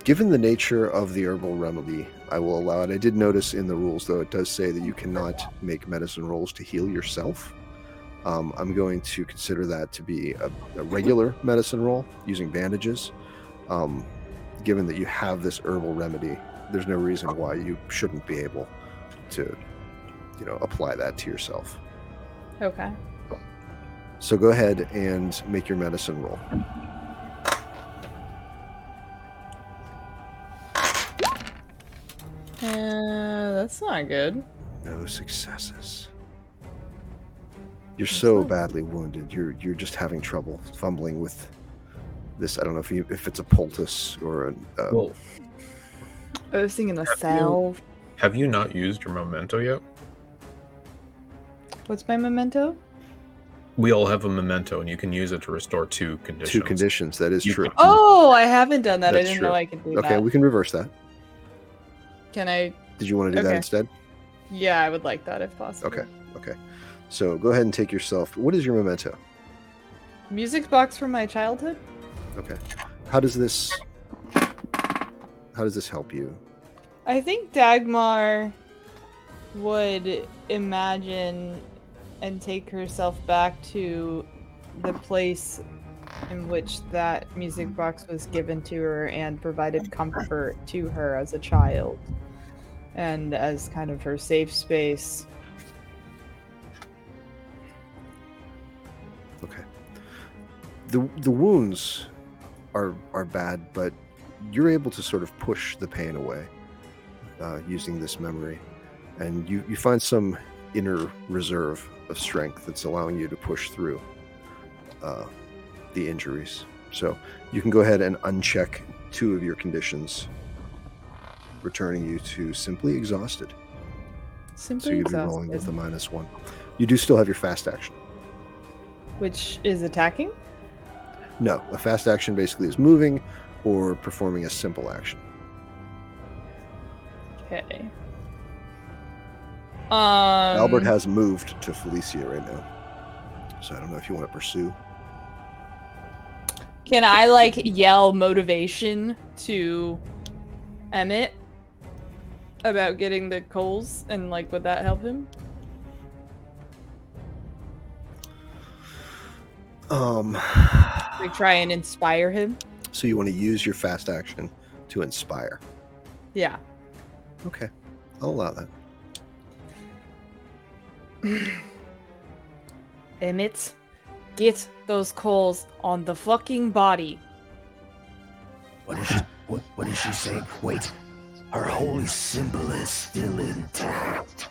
[SPEAKER 2] Given the nature of the herbal remedy, I will allow it. I did notice in the rules, though, it does say that you cannot make medicine rolls to heal yourself. Um, I'm going to consider that to be a, a regular medicine roll using bandages. Um, given that you have this herbal remedy, there's no reason why you shouldn't be able to, you know, apply that to yourself.
[SPEAKER 5] Okay.
[SPEAKER 2] So go ahead and make your medicine roll.
[SPEAKER 5] Uh, that's not good.
[SPEAKER 2] No successes. You're so badly wounded. You're you're just having trouble fumbling with this. I don't know if you, if it's a poultice or an, uh,
[SPEAKER 1] Oh.
[SPEAKER 4] Well,
[SPEAKER 5] I was thinking a salve.
[SPEAKER 4] have you not used your memento yet?
[SPEAKER 5] What's my memento?
[SPEAKER 4] We all have a memento, and you can use it to restore two conditions.
[SPEAKER 2] two conditions. That is
[SPEAKER 4] You
[SPEAKER 2] true.
[SPEAKER 4] can-
[SPEAKER 5] Oh, I haven't done that. I
[SPEAKER 2] That's
[SPEAKER 5] didn't
[SPEAKER 2] true.
[SPEAKER 5] know I could do
[SPEAKER 2] Okay,
[SPEAKER 5] that.
[SPEAKER 2] we can reverse that.
[SPEAKER 5] Can I?
[SPEAKER 2] Did you want to do that
[SPEAKER 5] Okay.
[SPEAKER 2] instead?
[SPEAKER 5] Yeah, I would like that if possible.
[SPEAKER 2] Okay. So go ahead and take yourself. What is your memento?
[SPEAKER 5] Music box from my childhood.
[SPEAKER 2] Okay. How does this? How does this help you?
[SPEAKER 5] I think Dagmar would imagine and take herself back to the place in which that music box was given to her and provided comfort to her as a child and as kind of her safe space.
[SPEAKER 2] Okay. The the wounds are are bad, but you're able to sort of push the pain away uh, using this memory, and you you find some inner reserve of strength that's allowing you to push through uh, the injuries. So you can go ahead and uncheck two of your conditions, returning you to simply exhausted. So
[SPEAKER 5] Simply
[SPEAKER 2] you'd be rolling
[SPEAKER 5] exhausted,
[SPEAKER 2] with a minus one. You do still have your fast action.
[SPEAKER 5] which is attacking.
[SPEAKER 2] No, a fast action basically is moving or performing a simple action.
[SPEAKER 5] Okay. Um,
[SPEAKER 2] Albert has moved to Felicia right now. So I don't know if you want to pursue.
[SPEAKER 5] Can I like yell motivation to Emmett about getting the coals and like would that help him?
[SPEAKER 2] Um
[SPEAKER 5] Like try and inspire him?
[SPEAKER 2] so you want to use your fast action to inspire.
[SPEAKER 5] Yeah.
[SPEAKER 2] Okay. I'll allow that.
[SPEAKER 5] Emmett, get those coals on the fucking body.
[SPEAKER 6] What did she, what, what did she say? Wait, her holy symbol is still intact.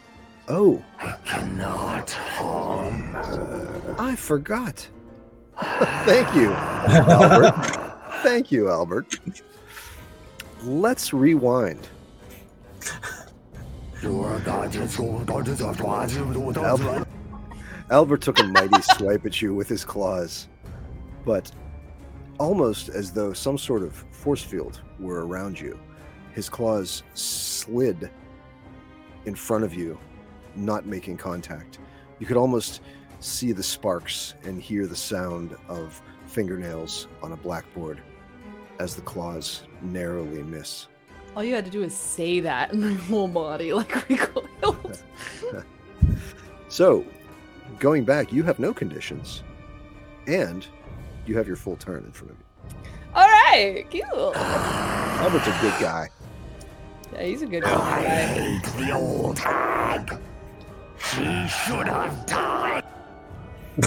[SPEAKER 2] Oh,
[SPEAKER 6] I cannot harm her.
[SPEAKER 2] I forgot. [laughs] Thank you, Albert. Thank you, Albert. Let's rewind. Albert, Albert took a mighty [laughs] swipe at you with his claws, but almost as though some sort of force field were around you, his claws slid in front of you, not making contact. You could almost see the sparks and hear the sound of fingernails on a blackboard as the claws narrowly miss.
[SPEAKER 5] All you had to do is say that and my whole body [laughs] like recoiled.
[SPEAKER 2] So, going back, you have no conditions, and you have your full turn in front of you.
[SPEAKER 5] Alright, cool.
[SPEAKER 2] Albert's a good guy.
[SPEAKER 5] Yeah, he's a good
[SPEAKER 6] I
[SPEAKER 5] guy.
[SPEAKER 6] hate the old hag. She should have died.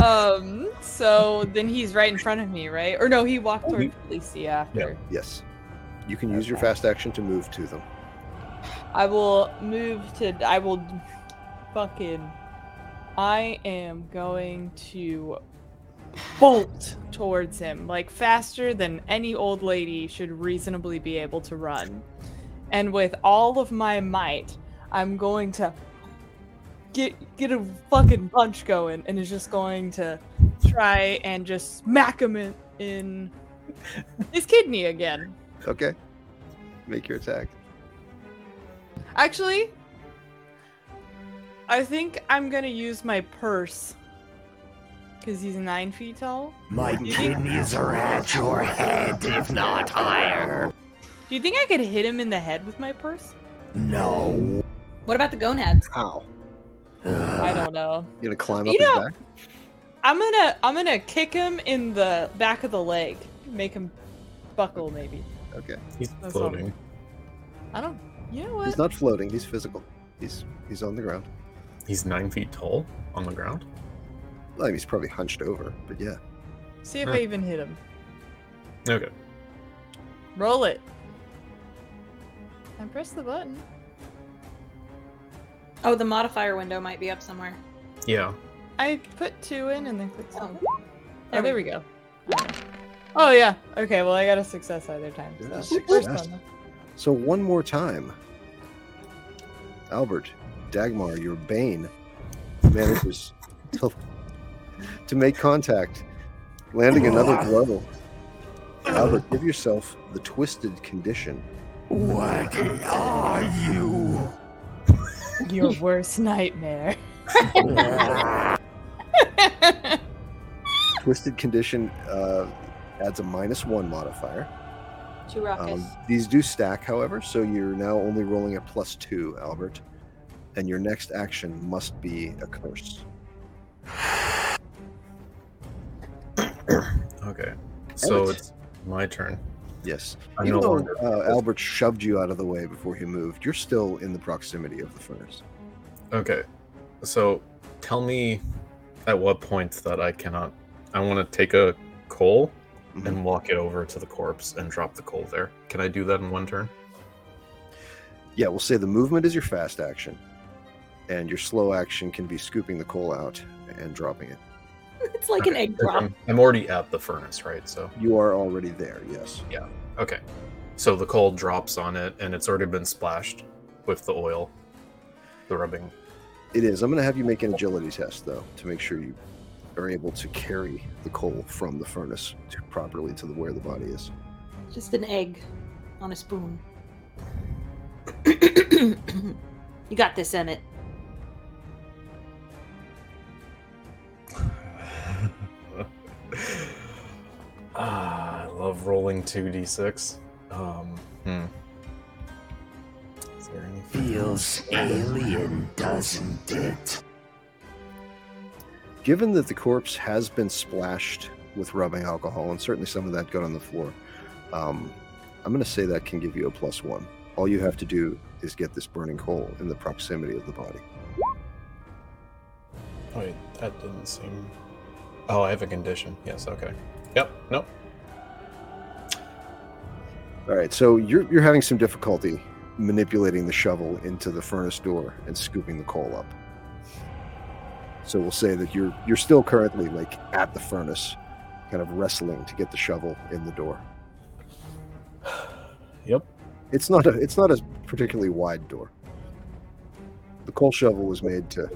[SPEAKER 5] Um, so then he's right in front of me, right? Or no, he walked toward Felicia after.
[SPEAKER 2] Yes, you can use your fast action to move to them.
[SPEAKER 5] I will move to. I will fucking. I am going to bolt towards him, like faster than any old lady should reasonably be able to run. And with all of my might, I'm going to get get a fucking punch going, and is just going to try and just smack him in, in his kidney again.
[SPEAKER 2] Okay. Make your attack.
[SPEAKER 5] Actually, I think I'm gonna use my purse because he's nine feet tall.
[SPEAKER 6] My kidneys are at your head, if not higher.
[SPEAKER 5] Do you think I could hit him in the head with my purse?
[SPEAKER 6] No. Uh,
[SPEAKER 1] What about the gonads?
[SPEAKER 2] How?
[SPEAKER 5] I don't know.
[SPEAKER 2] You gonna climb up
[SPEAKER 5] You know-
[SPEAKER 2] his back?
[SPEAKER 5] I'm gonna I'm gonna kick him in the back of the leg, make him buckle maybe.
[SPEAKER 2] Okay.
[SPEAKER 4] He's
[SPEAKER 5] That's
[SPEAKER 4] floating.
[SPEAKER 5] I don't. You know
[SPEAKER 2] He's
[SPEAKER 5] what?
[SPEAKER 2] not floating. He's physical. He's he's on the ground.
[SPEAKER 4] He's nine feet tall on the ground.
[SPEAKER 2] Well, I mean, he's probably hunched over, but yeah.
[SPEAKER 5] See if
[SPEAKER 4] Huh.
[SPEAKER 5] I even hit him.
[SPEAKER 4] Okay.
[SPEAKER 5] Roll it. And press the button.
[SPEAKER 1] Oh, the modifier window might be up somewhere.
[SPEAKER 4] Yeah.
[SPEAKER 5] I put two in and then click.
[SPEAKER 1] Oh,
[SPEAKER 5] Oh, oh there we go. Oh yeah. Okay. Well, I got a success either time.
[SPEAKER 2] Yeah,
[SPEAKER 5] So.
[SPEAKER 2] success.
[SPEAKER 5] First one.
[SPEAKER 2] So one more time, Albert, Dagmar, your bane manages [laughs] to, to make contact, landing another blow. Albert, give yourself the twisted condition.
[SPEAKER 6] What are you?
[SPEAKER 5] Your worst nightmare.
[SPEAKER 2] Twisted condition uh, adds a minus one modifier.
[SPEAKER 1] Two rockets.
[SPEAKER 2] Um, these do stack, however, so you're now only rolling a plus two, Albert, and your next action must be a curse.
[SPEAKER 4] Okay. So
[SPEAKER 2] Emmett.
[SPEAKER 4] it's my turn.
[SPEAKER 2] Yes.
[SPEAKER 4] I
[SPEAKER 2] Even
[SPEAKER 4] no
[SPEAKER 2] though
[SPEAKER 4] longer.
[SPEAKER 2] uh, Albert shoved you out of the way before he moved, you're still in the proximity of the furnace.
[SPEAKER 4] Okay. So tell me at what point that I cannot. I want to take a coal
[SPEAKER 2] Mhm.
[SPEAKER 4] and walk it over to the corpse and drop the coal there. Can I do that in one turn?
[SPEAKER 2] Yeah, we'll say the movement is your fast action, and your slow action can be scooping the coal out and dropping it.
[SPEAKER 1] [laughs] it's like an
[SPEAKER 4] Okay,
[SPEAKER 1] egg
[SPEAKER 4] 'cause [laughs]
[SPEAKER 1] drop.
[SPEAKER 4] I'm, I'm already at the furnace, right? So
[SPEAKER 2] You are already there, yes.
[SPEAKER 4] okay. So the coal drops on it, and it's already been splashed with the oil, the rubbing.
[SPEAKER 2] It is. I'm going to have you make an agility test, though, to make sure you are able to carry the coal from the furnace to properly to the, where the body is.
[SPEAKER 1] Just an egg on a spoon. you got this, Emmett.
[SPEAKER 4] [laughs] ah, I love rolling two d6. Um, hmm. Is there any?
[SPEAKER 6] Feels alien, doesn't it?
[SPEAKER 2] Given that the corpse has been splashed with rubbing alcohol, and certainly some of that got on the floor, um, I'm going to say that can give you a plus one. All you have to do is get this burning coal in the proximity of the body.
[SPEAKER 4] Wait, that didn't seem. Oh, I have a condition. Yes. Okay. Yep. Nope.
[SPEAKER 2] All right, so you're, you're having some difficulty manipulating the shovel into the furnace door and scooping the coal up. So we'll say that you're you're still currently like at the furnace, kind of wrestling to get the shovel in the door.
[SPEAKER 4] Yep.
[SPEAKER 2] It's not a it's not a particularly wide door. The coal shovel was made to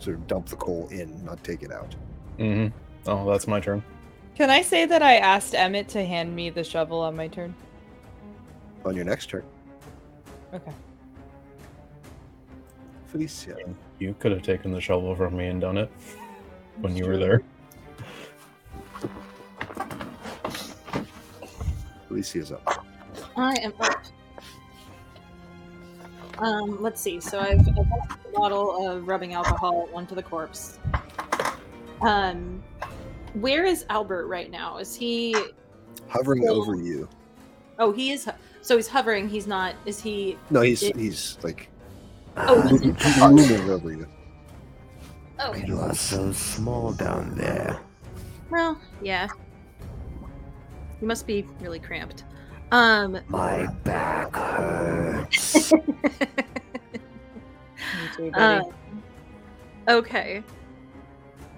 [SPEAKER 2] sort of dump the coal in, not take it out.
[SPEAKER 4] Mm-hmm. Oh, that's my turn.
[SPEAKER 5] [laughs] Can I say that I asked Emmett to hand me the shovel on my turn?
[SPEAKER 2] On your next turn,
[SPEAKER 5] Okay.
[SPEAKER 2] Felicia.
[SPEAKER 4] You could have taken the shovel from me and done it when you were there.
[SPEAKER 2] Felicia's up.
[SPEAKER 1] I am up. Um, let's see. So I've, I've got a bottle of rubbing alcohol, one to the corpse. Um, where is Albert right now? Is he?
[SPEAKER 2] Hovering
[SPEAKER 1] Cool.
[SPEAKER 2] over you.
[SPEAKER 1] Oh, he is. hu- So he's hovering. He's not. Is he?
[SPEAKER 2] No, he's he's like
[SPEAKER 1] Oh, he's in
[SPEAKER 2] looming over you.
[SPEAKER 1] Okay.
[SPEAKER 6] You are so small down there.
[SPEAKER 1] Well, yeah. He must be really cramped. Um,
[SPEAKER 6] My
[SPEAKER 1] [laughs]
[SPEAKER 6] back hurts.
[SPEAKER 5] Me too,
[SPEAKER 1] uh,
[SPEAKER 5] [laughs] buddy.
[SPEAKER 1] okay.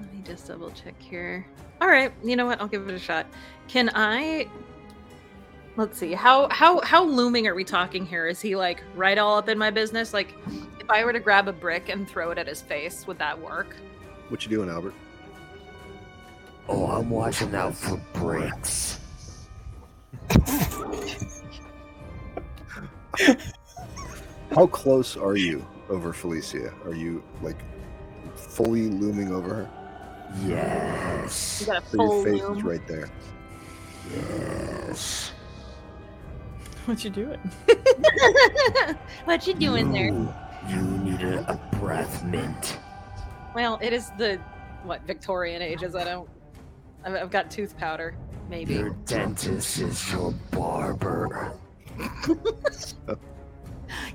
[SPEAKER 1] Let me just double check here. All right, you know what? I'll give it a shot. Can I? Let's see. How how how looming are we talking here? Is he like right all up in my business? Like, if I were to grab a brick and throw it at his face, would that work?
[SPEAKER 2] What you doing, Albert?
[SPEAKER 6] oh, I'm watching out for breaks.
[SPEAKER 2] How close are you over Felicia? Are you like fully looming over her?
[SPEAKER 1] You
[SPEAKER 6] Yes.
[SPEAKER 1] got a
[SPEAKER 2] So your
[SPEAKER 1] full
[SPEAKER 2] face
[SPEAKER 1] loom.
[SPEAKER 2] is right there.
[SPEAKER 6] Yes.
[SPEAKER 5] What you doing?
[SPEAKER 1] what you doing there?
[SPEAKER 6] You- You need a, a breath mint.
[SPEAKER 1] Well, it is the what Victorian ages. I don't. I've, I've got tooth powder. Maybe.
[SPEAKER 6] Your dentist is your barber.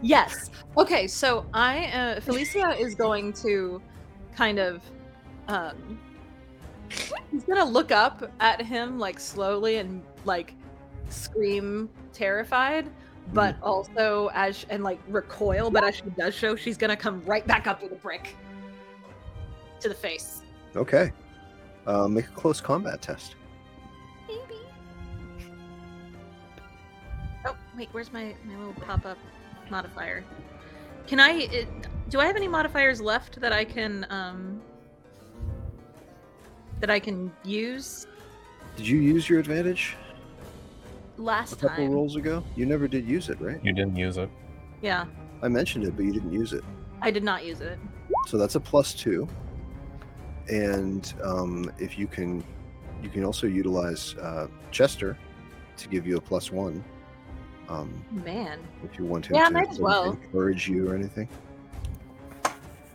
[SPEAKER 1] Yes. Okay, so I uh, Felicia is going to kind of um he's going to look up at him like slowly and like scream terrified but also as sh- and like recoil but as she does so she's going to come right back up with a brick to the face.
[SPEAKER 2] Okay. Uh, make a close combat test.
[SPEAKER 1] Maybe. Oh, wait, where's my, my little pop up modifier? Can I. It, do I have any modifiers left that I can. um That I can use
[SPEAKER 2] Did you use your advantage a
[SPEAKER 1] last
[SPEAKER 2] couple
[SPEAKER 1] time?
[SPEAKER 2] rolls ago? You never did use it, right?
[SPEAKER 4] You didn't use it.
[SPEAKER 1] Yeah,
[SPEAKER 2] I mentioned it, but you didn't use it.
[SPEAKER 1] I did not use it.
[SPEAKER 2] So that's a plus two. And um, if you can, you can also utilize uh, Chester to give you a plus one. Um,
[SPEAKER 1] Man.
[SPEAKER 2] if you want him
[SPEAKER 1] Yeah,
[SPEAKER 2] to
[SPEAKER 1] might as well.
[SPEAKER 2] encourage you or anything.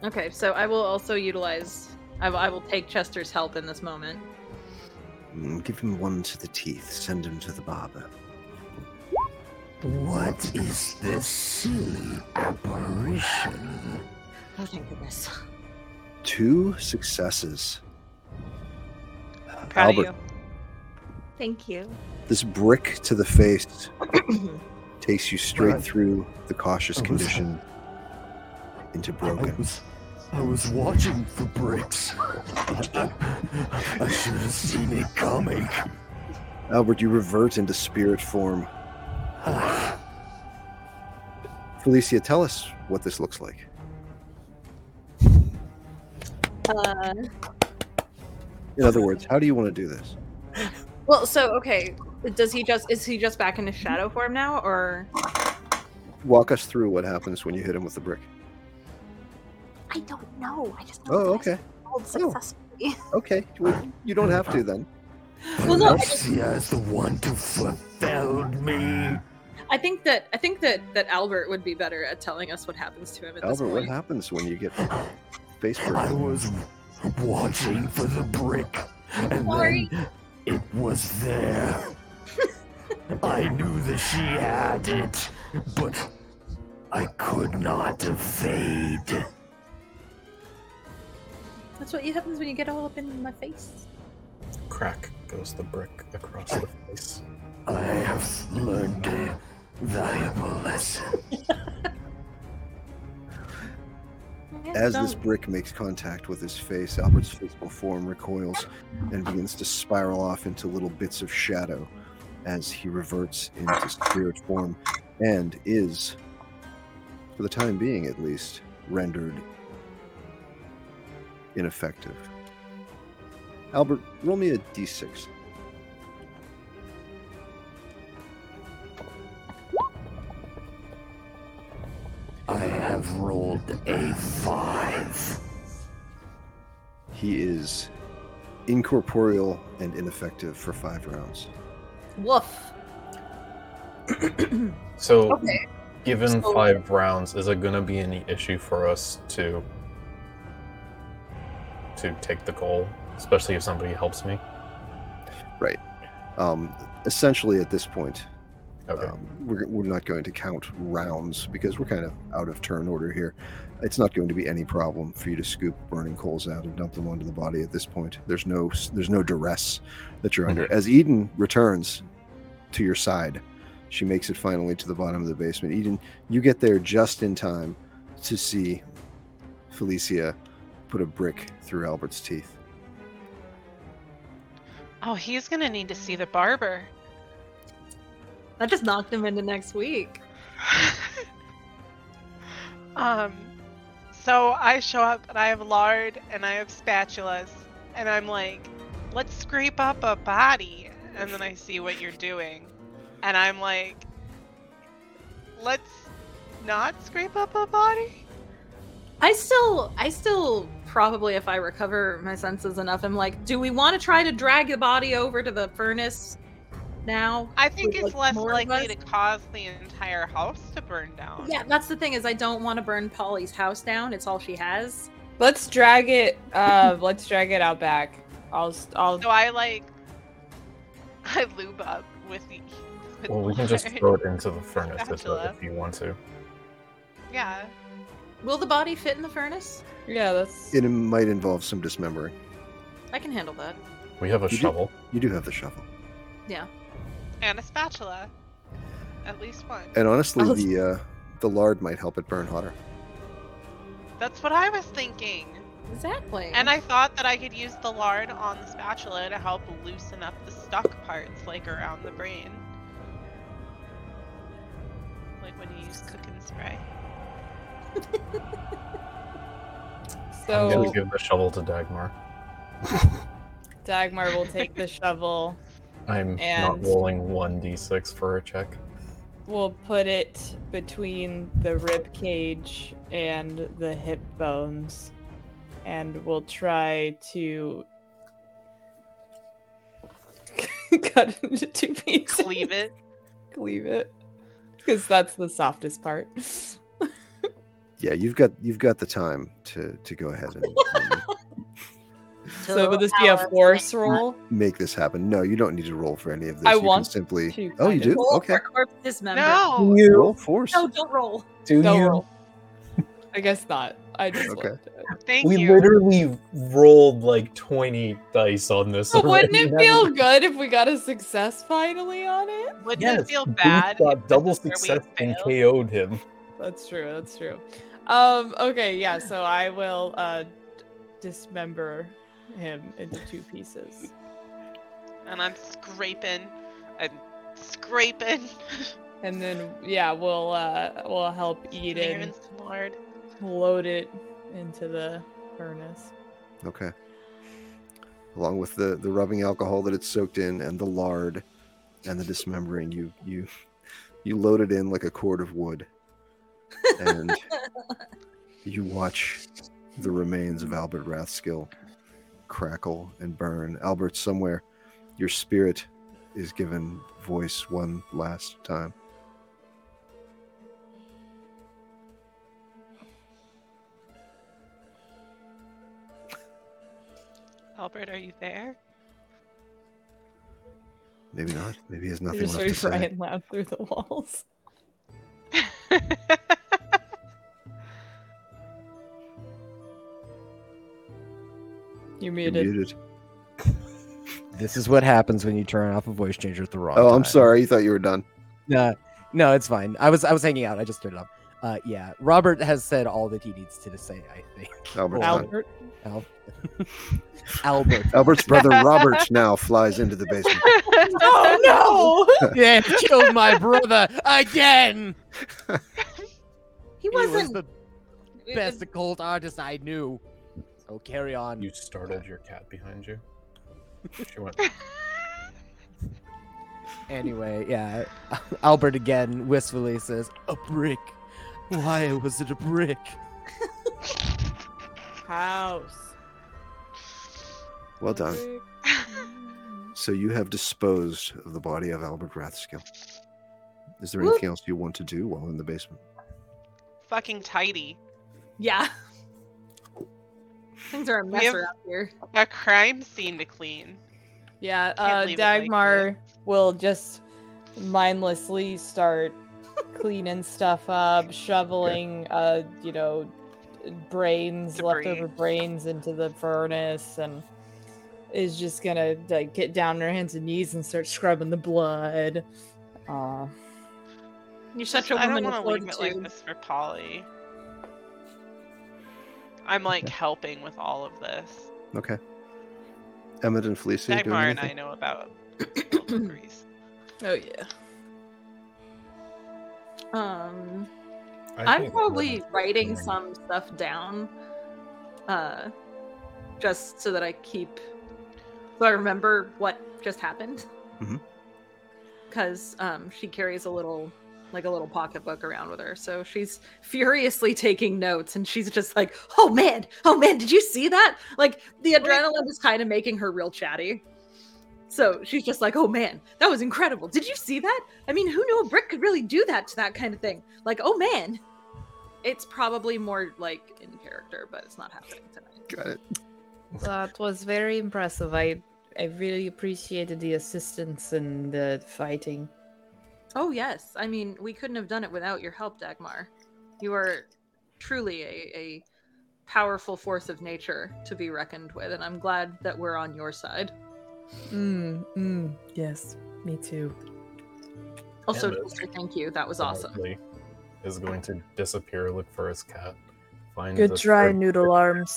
[SPEAKER 1] Okay, so I will also utilize. I will, I will take Chester's help in this moment.
[SPEAKER 2] Mm, give him one to the teeth. Send him to the barber.
[SPEAKER 6] What is this silly apparition?
[SPEAKER 1] Oh, thank goodness.
[SPEAKER 2] Two successes.
[SPEAKER 3] Proud
[SPEAKER 2] Albert.
[SPEAKER 3] of
[SPEAKER 1] Thank you.
[SPEAKER 2] This brick to the face takes you straight
[SPEAKER 6] Right.
[SPEAKER 2] through the cautious
[SPEAKER 6] Oh, was-
[SPEAKER 2] condition into
[SPEAKER 6] I [laughs]
[SPEAKER 2] broken.
[SPEAKER 6] was, I was watching for bricks. [laughs] I should have seen it coming. [laughs]
[SPEAKER 2] Albert, you revert into spirit form.
[SPEAKER 6] Ah,
[SPEAKER 2] Felicia, tell us what this looks like.
[SPEAKER 1] Uh,
[SPEAKER 2] In other words, how do you want to do this?
[SPEAKER 1] well, so okay. Does he just is he just back in his shadow form now, or
[SPEAKER 2] Walk us through what happens when you hit him with the brick.
[SPEAKER 1] I don't know. I just know
[SPEAKER 2] Oh,
[SPEAKER 1] that I
[SPEAKER 2] okay.
[SPEAKER 1] rolled successfully.
[SPEAKER 2] Okay. Well, you don't have to
[SPEAKER 1] [laughs]
[SPEAKER 2] then.
[SPEAKER 1] Well, no, I
[SPEAKER 6] Alessia is the one to fulfilled me.
[SPEAKER 1] I think that I think that that Albert would be better at telling us what happens to him at
[SPEAKER 2] Albert,
[SPEAKER 1] this
[SPEAKER 2] what
[SPEAKER 1] point.
[SPEAKER 2] happens when you get face
[SPEAKER 6] I
[SPEAKER 2] broken?
[SPEAKER 6] was watching for the brick, and
[SPEAKER 1] Sorry.
[SPEAKER 6] then it was
[SPEAKER 1] [laughs]
[SPEAKER 6] there. I knew that she had it, but I could not evade.
[SPEAKER 1] That's what happens when you get all up in my face.
[SPEAKER 4] Crack goes the brick across the face.
[SPEAKER 6] I have learned a valuable lesson.
[SPEAKER 1] Yeah,
[SPEAKER 2] As
[SPEAKER 1] don't-
[SPEAKER 2] this brick makes contact with his face, Albert's physical form recoils and begins to spiral off into little bits of shadow as he reverts into spirit form and is, for the time being at least, rendered ineffective. Albert, roll me a d6.
[SPEAKER 6] I have rolled a five.
[SPEAKER 2] He is incorporeal and ineffective for five rounds.
[SPEAKER 1] woof.
[SPEAKER 4] So,
[SPEAKER 1] Okay.
[SPEAKER 4] given
[SPEAKER 1] So-
[SPEAKER 4] five rounds, is it going to be any issue for us to to take the goal, especially if somebody helps me?
[SPEAKER 2] Um, essentially, at this point,
[SPEAKER 4] Okay.
[SPEAKER 2] Um, we're, we're not going to count rounds because we're kind of out of turn order here. It's not going to be any problem for you to scoop burning coals out and dump them onto the body at this point. There's no there's no duress that you're under. As Eden returns to your side, She makes it finally to the bottom of the basement. Eden, you get there just in time to see Felicia put a brick through Albert's teeth.
[SPEAKER 8] Oh, he's gonna need to see the barber.
[SPEAKER 1] That just knocked him into next week.
[SPEAKER 3] Um, so I show up and I have lard and I have spatulas and I'm like, let's scrape up a body. And then I see what you're doing, and I'm like, let's not scrape up a body.
[SPEAKER 1] I still, I still probably, if I recover my senses enough, I'm like, do we want to try to drag the body over to the furnace now?
[SPEAKER 3] I think
[SPEAKER 1] With,
[SPEAKER 3] it's
[SPEAKER 1] like,
[SPEAKER 3] less
[SPEAKER 1] more of
[SPEAKER 3] likely to
[SPEAKER 1] us?
[SPEAKER 3] cause the entire house to burn down.
[SPEAKER 1] Yeah, that's the thing is, I don't want to burn Polly's house down. It's all she has.
[SPEAKER 5] Let's drag it. Uh, let's drag it out back. I'll. I'll.
[SPEAKER 3] So I like, [laughs] I lube up with the. With
[SPEAKER 4] Well, we
[SPEAKER 3] [laughs]
[SPEAKER 4] can just
[SPEAKER 3] lard.
[SPEAKER 4] throw it into the furnace if,
[SPEAKER 3] Spatula.
[SPEAKER 4] if you want to.
[SPEAKER 3] Yeah.
[SPEAKER 1] Will the body fit in the furnace?
[SPEAKER 5] Yeah, that's.
[SPEAKER 2] It might involve some dismembering.
[SPEAKER 1] I can handle that.
[SPEAKER 4] We have a
[SPEAKER 2] You do-
[SPEAKER 4] shovel.
[SPEAKER 2] You do have the shovel.
[SPEAKER 3] and a spatula. At least one.
[SPEAKER 2] And honestly,
[SPEAKER 5] Oh.
[SPEAKER 2] the uh, the lard might help it burn hotter.
[SPEAKER 3] That's what I was thinking.
[SPEAKER 1] Exactly.
[SPEAKER 3] And I thought that I could use the lard on the spatula to help loosen up the stuck parts, like around the brain. Like when you use cooking spray.
[SPEAKER 4] I'm
[SPEAKER 5] So
[SPEAKER 4] gonna give the shovel to Dagmar.
[SPEAKER 5] Dagmar will take the shovel.
[SPEAKER 4] I'm not
[SPEAKER 5] And-
[SPEAKER 4] rolling one d6 for a check.
[SPEAKER 5] We'll put it between the rib cage and the hip bones, and we'll try to [laughs] cut it into two pieces.
[SPEAKER 3] Cleave it.
[SPEAKER 5] Cleave it, because that's the softest part. [laughs]
[SPEAKER 2] Yeah, you've got you've got the time to to go ahead and, and
[SPEAKER 5] So would this be a
[SPEAKER 2] [laughs]
[SPEAKER 5] force roll?
[SPEAKER 2] make this happen. No, you don't need to roll for any of this.
[SPEAKER 5] I
[SPEAKER 2] you can
[SPEAKER 5] want
[SPEAKER 2] simply.
[SPEAKER 5] to
[SPEAKER 2] Oh, you
[SPEAKER 5] kind of
[SPEAKER 2] do.
[SPEAKER 1] roll
[SPEAKER 2] Okay.
[SPEAKER 1] for corpse dismember.
[SPEAKER 3] No!
[SPEAKER 2] Roll force.
[SPEAKER 1] no, don't roll.
[SPEAKER 4] Do
[SPEAKER 5] No roll. I guess not. I just
[SPEAKER 2] Okay.
[SPEAKER 5] looked at it.
[SPEAKER 3] Thank
[SPEAKER 4] We
[SPEAKER 3] you.
[SPEAKER 4] literally rolled like 20 dice on this.
[SPEAKER 5] But wouldn't
[SPEAKER 4] already.
[SPEAKER 5] it feel good if we got a success finally on it?
[SPEAKER 3] Wouldn't
[SPEAKER 4] Yes,
[SPEAKER 3] it feel
[SPEAKER 4] Booth
[SPEAKER 3] bad?
[SPEAKER 4] got
[SPEAKER 3] if this
[SPEAKER 4] double
[SPEAKER 3] is where we
[SPEAKER 4] success and
[SPEAKER 3] failed?
[SPEAKER 4] KO'd him.
[SPEAKER 5] That's true. That's true. Um. Okay. Yeah. So I will uh dismember him into two pieces.
[SPEAKER 3] And I'm scraping. I'm scraping. [laughs]
[SPEAKER 5] And then yeah, we'll uh we'll help Eden
[SPEAKER 3] Smearing some lard.
[SPEAKER 5] load it into the furnace.
[SPEAKER 2] Okay. Along with the the rubbing alcohol that it's soaked in, and the lard, and the dismembering, you you you load it in like a cord of wood,
[SPEAKER 5] [laughs]
[SPEAKER 2] and you watch the remains of Albert Rathskill crackle and burn. Albert, somewhere, your spirit is given voice one last time.
[SPEAKER 3] Albert, are you there? [laughs]
[SPEAKER 2] Maybe not. Maybe he has
[SPEAKER 5] They're
[SPEAKER 2] nothing
[SPEAKER 5] just
[SPEAKER 2] left
[SPEAKER 5] sort
[SPEAKER 2] to
[SPEAKER 5] of
[SPEAKER 2] say.
[SPEAKER 5] crying loud through the [laughs] walls. You're
[SPEAKER 2] You're
[SPEAKER 5] muted.
[SPEAKER 2] muted.
[SPEAKER 6] This is what happens when you turn off a voice changer at the wrong
[SPEAKER 2] Oh, I'm
[SPEAKER 6] time.
[SPEAKER 2] sorry. You thought you were done.
[SPEAKER 6] No, no, it's fine. I was I was hanging out. I just turned it off. Uh, yeah, Robert has said all that he needs to say. I think [laughs]
[SPEAKER 2] Albert's
[SPEAKER 6] Al-
[SPEAKER 2] done.
[SPEAKER 5] Albert.
[SPEAKER 6] Al- [laughs] Albert.
[SPEAKER 2] Albert's brother Robert now flies into the basement.
[SPEAKER 5] Oh [laughs] no!
[SPEAKER 6] They killed my brother again.
[SPEAKER 1] He
[SPEAKER 6] He was
[SPEAKER 1] wasn't.
[SPEAKER 6] the best occult artist I knew. So carry on.
[SPEAKER 4] You startled your cat behind you. She went,
[SPEAKER 6] Anyway, yeah, [laughs] Albert again wistfully says, "A brick. Why was it a brick?"
[SPEAKER 5] House.
[SPEAKER 2] Well
[SPEAKER 5] [laughs]
[SPEAKER 2] done. So you have disposed of the body of Albert Rathskill. Is there
[SPEAKER 1] Whoop.
[SPEAKER 2] anything else you want to do while in the basement?
[SPEAKER 3] Fucking tidy.
[SPEAKER 1] Yeah. Things are a mess
[SPEAKER 3] have-
[SPEAKER 1] around here.
[SPEAKER 3] A crime scene to clean.
[SPEAKER 5] Yeah,
[SPEAKER 3] Can't
[SPEAKER 5] uh,
[SPEAKER 3] leave it like
[SPEAKER 5] Dagmar will just mindlessly start cleaning stuff up, shoveling, uh, you know, brains, leftover
[SPEAKER 3] Debris.
[SPEAKER 5] brains into the furnace, and is just gonna like get down on her hands and knees and start scrubbing the blood. Uh,
[SPEAKER 1] You're such a
[SPEAKER 7] I don't want
[SPEAKER 1] woman of
[SPEAKER 7] to leave it like
[SPEAKER 1] fortitude.
[SPEAKER 7] this for Polly. I'm like helping with all of this.
[SPEAKER 2] Okay. Emmett and Felicia doing
[SPEAKER 7] Dagmar and I
[SPEAKER 2] anything?
[SPEAKER 7] know about elder grease.
[SPEAKER 1] [clears throat]
[SPEAKER 5] Oh yeah.
[SPEAKER 1] Um,
[SPEAKER 4] I
[SPEAKER 1] I'm
[SPEAKER 4] think-
[SPEAKER 1] probably writing some stuff down, uh, just so that I keep, so I remember what just happened.
[SPEAKER 4] Mm-hmm.
[SPEAKER 2] Mhm.
[SPEAKER 1] Because um, she carries a little, like a little pocketbook around with her, so she's furiously taking notes, and she's just like, "Oh man, oh man, did you see that?" Like the adrenaline is kind of making her real chatty. So she's just like, "Oh man, that was incredible! Did you see that? I mean, who knew a brick could really do that to that kind of thing? Like, oh man, it's probably more like in character, but it's not happening tonight.
[SPEAKER 2] Got it.
[SPEAKER 9] That was very impressive. I I really appreciated the assistance and the fighting.
[SPEAKER 1] Oh yes, I mean, we couldn't have done it without your help, Dagmar. You are truly a, a powerful force of nature to be reckoned with, and I'm glad that we're on your side.
[SPEAKER 9] Mm, mm, yes, me too.
[SPEAKER 1] Also,
[SPEAKER 4] Yeah,
[SPEAKER 1] just to thank you. That was awesome.
[SPEAKER 4] Probably Is going to disappear, look for his cat, find
[SPEAKER 9] Good
[SPEAKER 4] the
[SPEAKER 9] try,
[SPEAKER 4] third
[SPEAKER 9] noodle arms.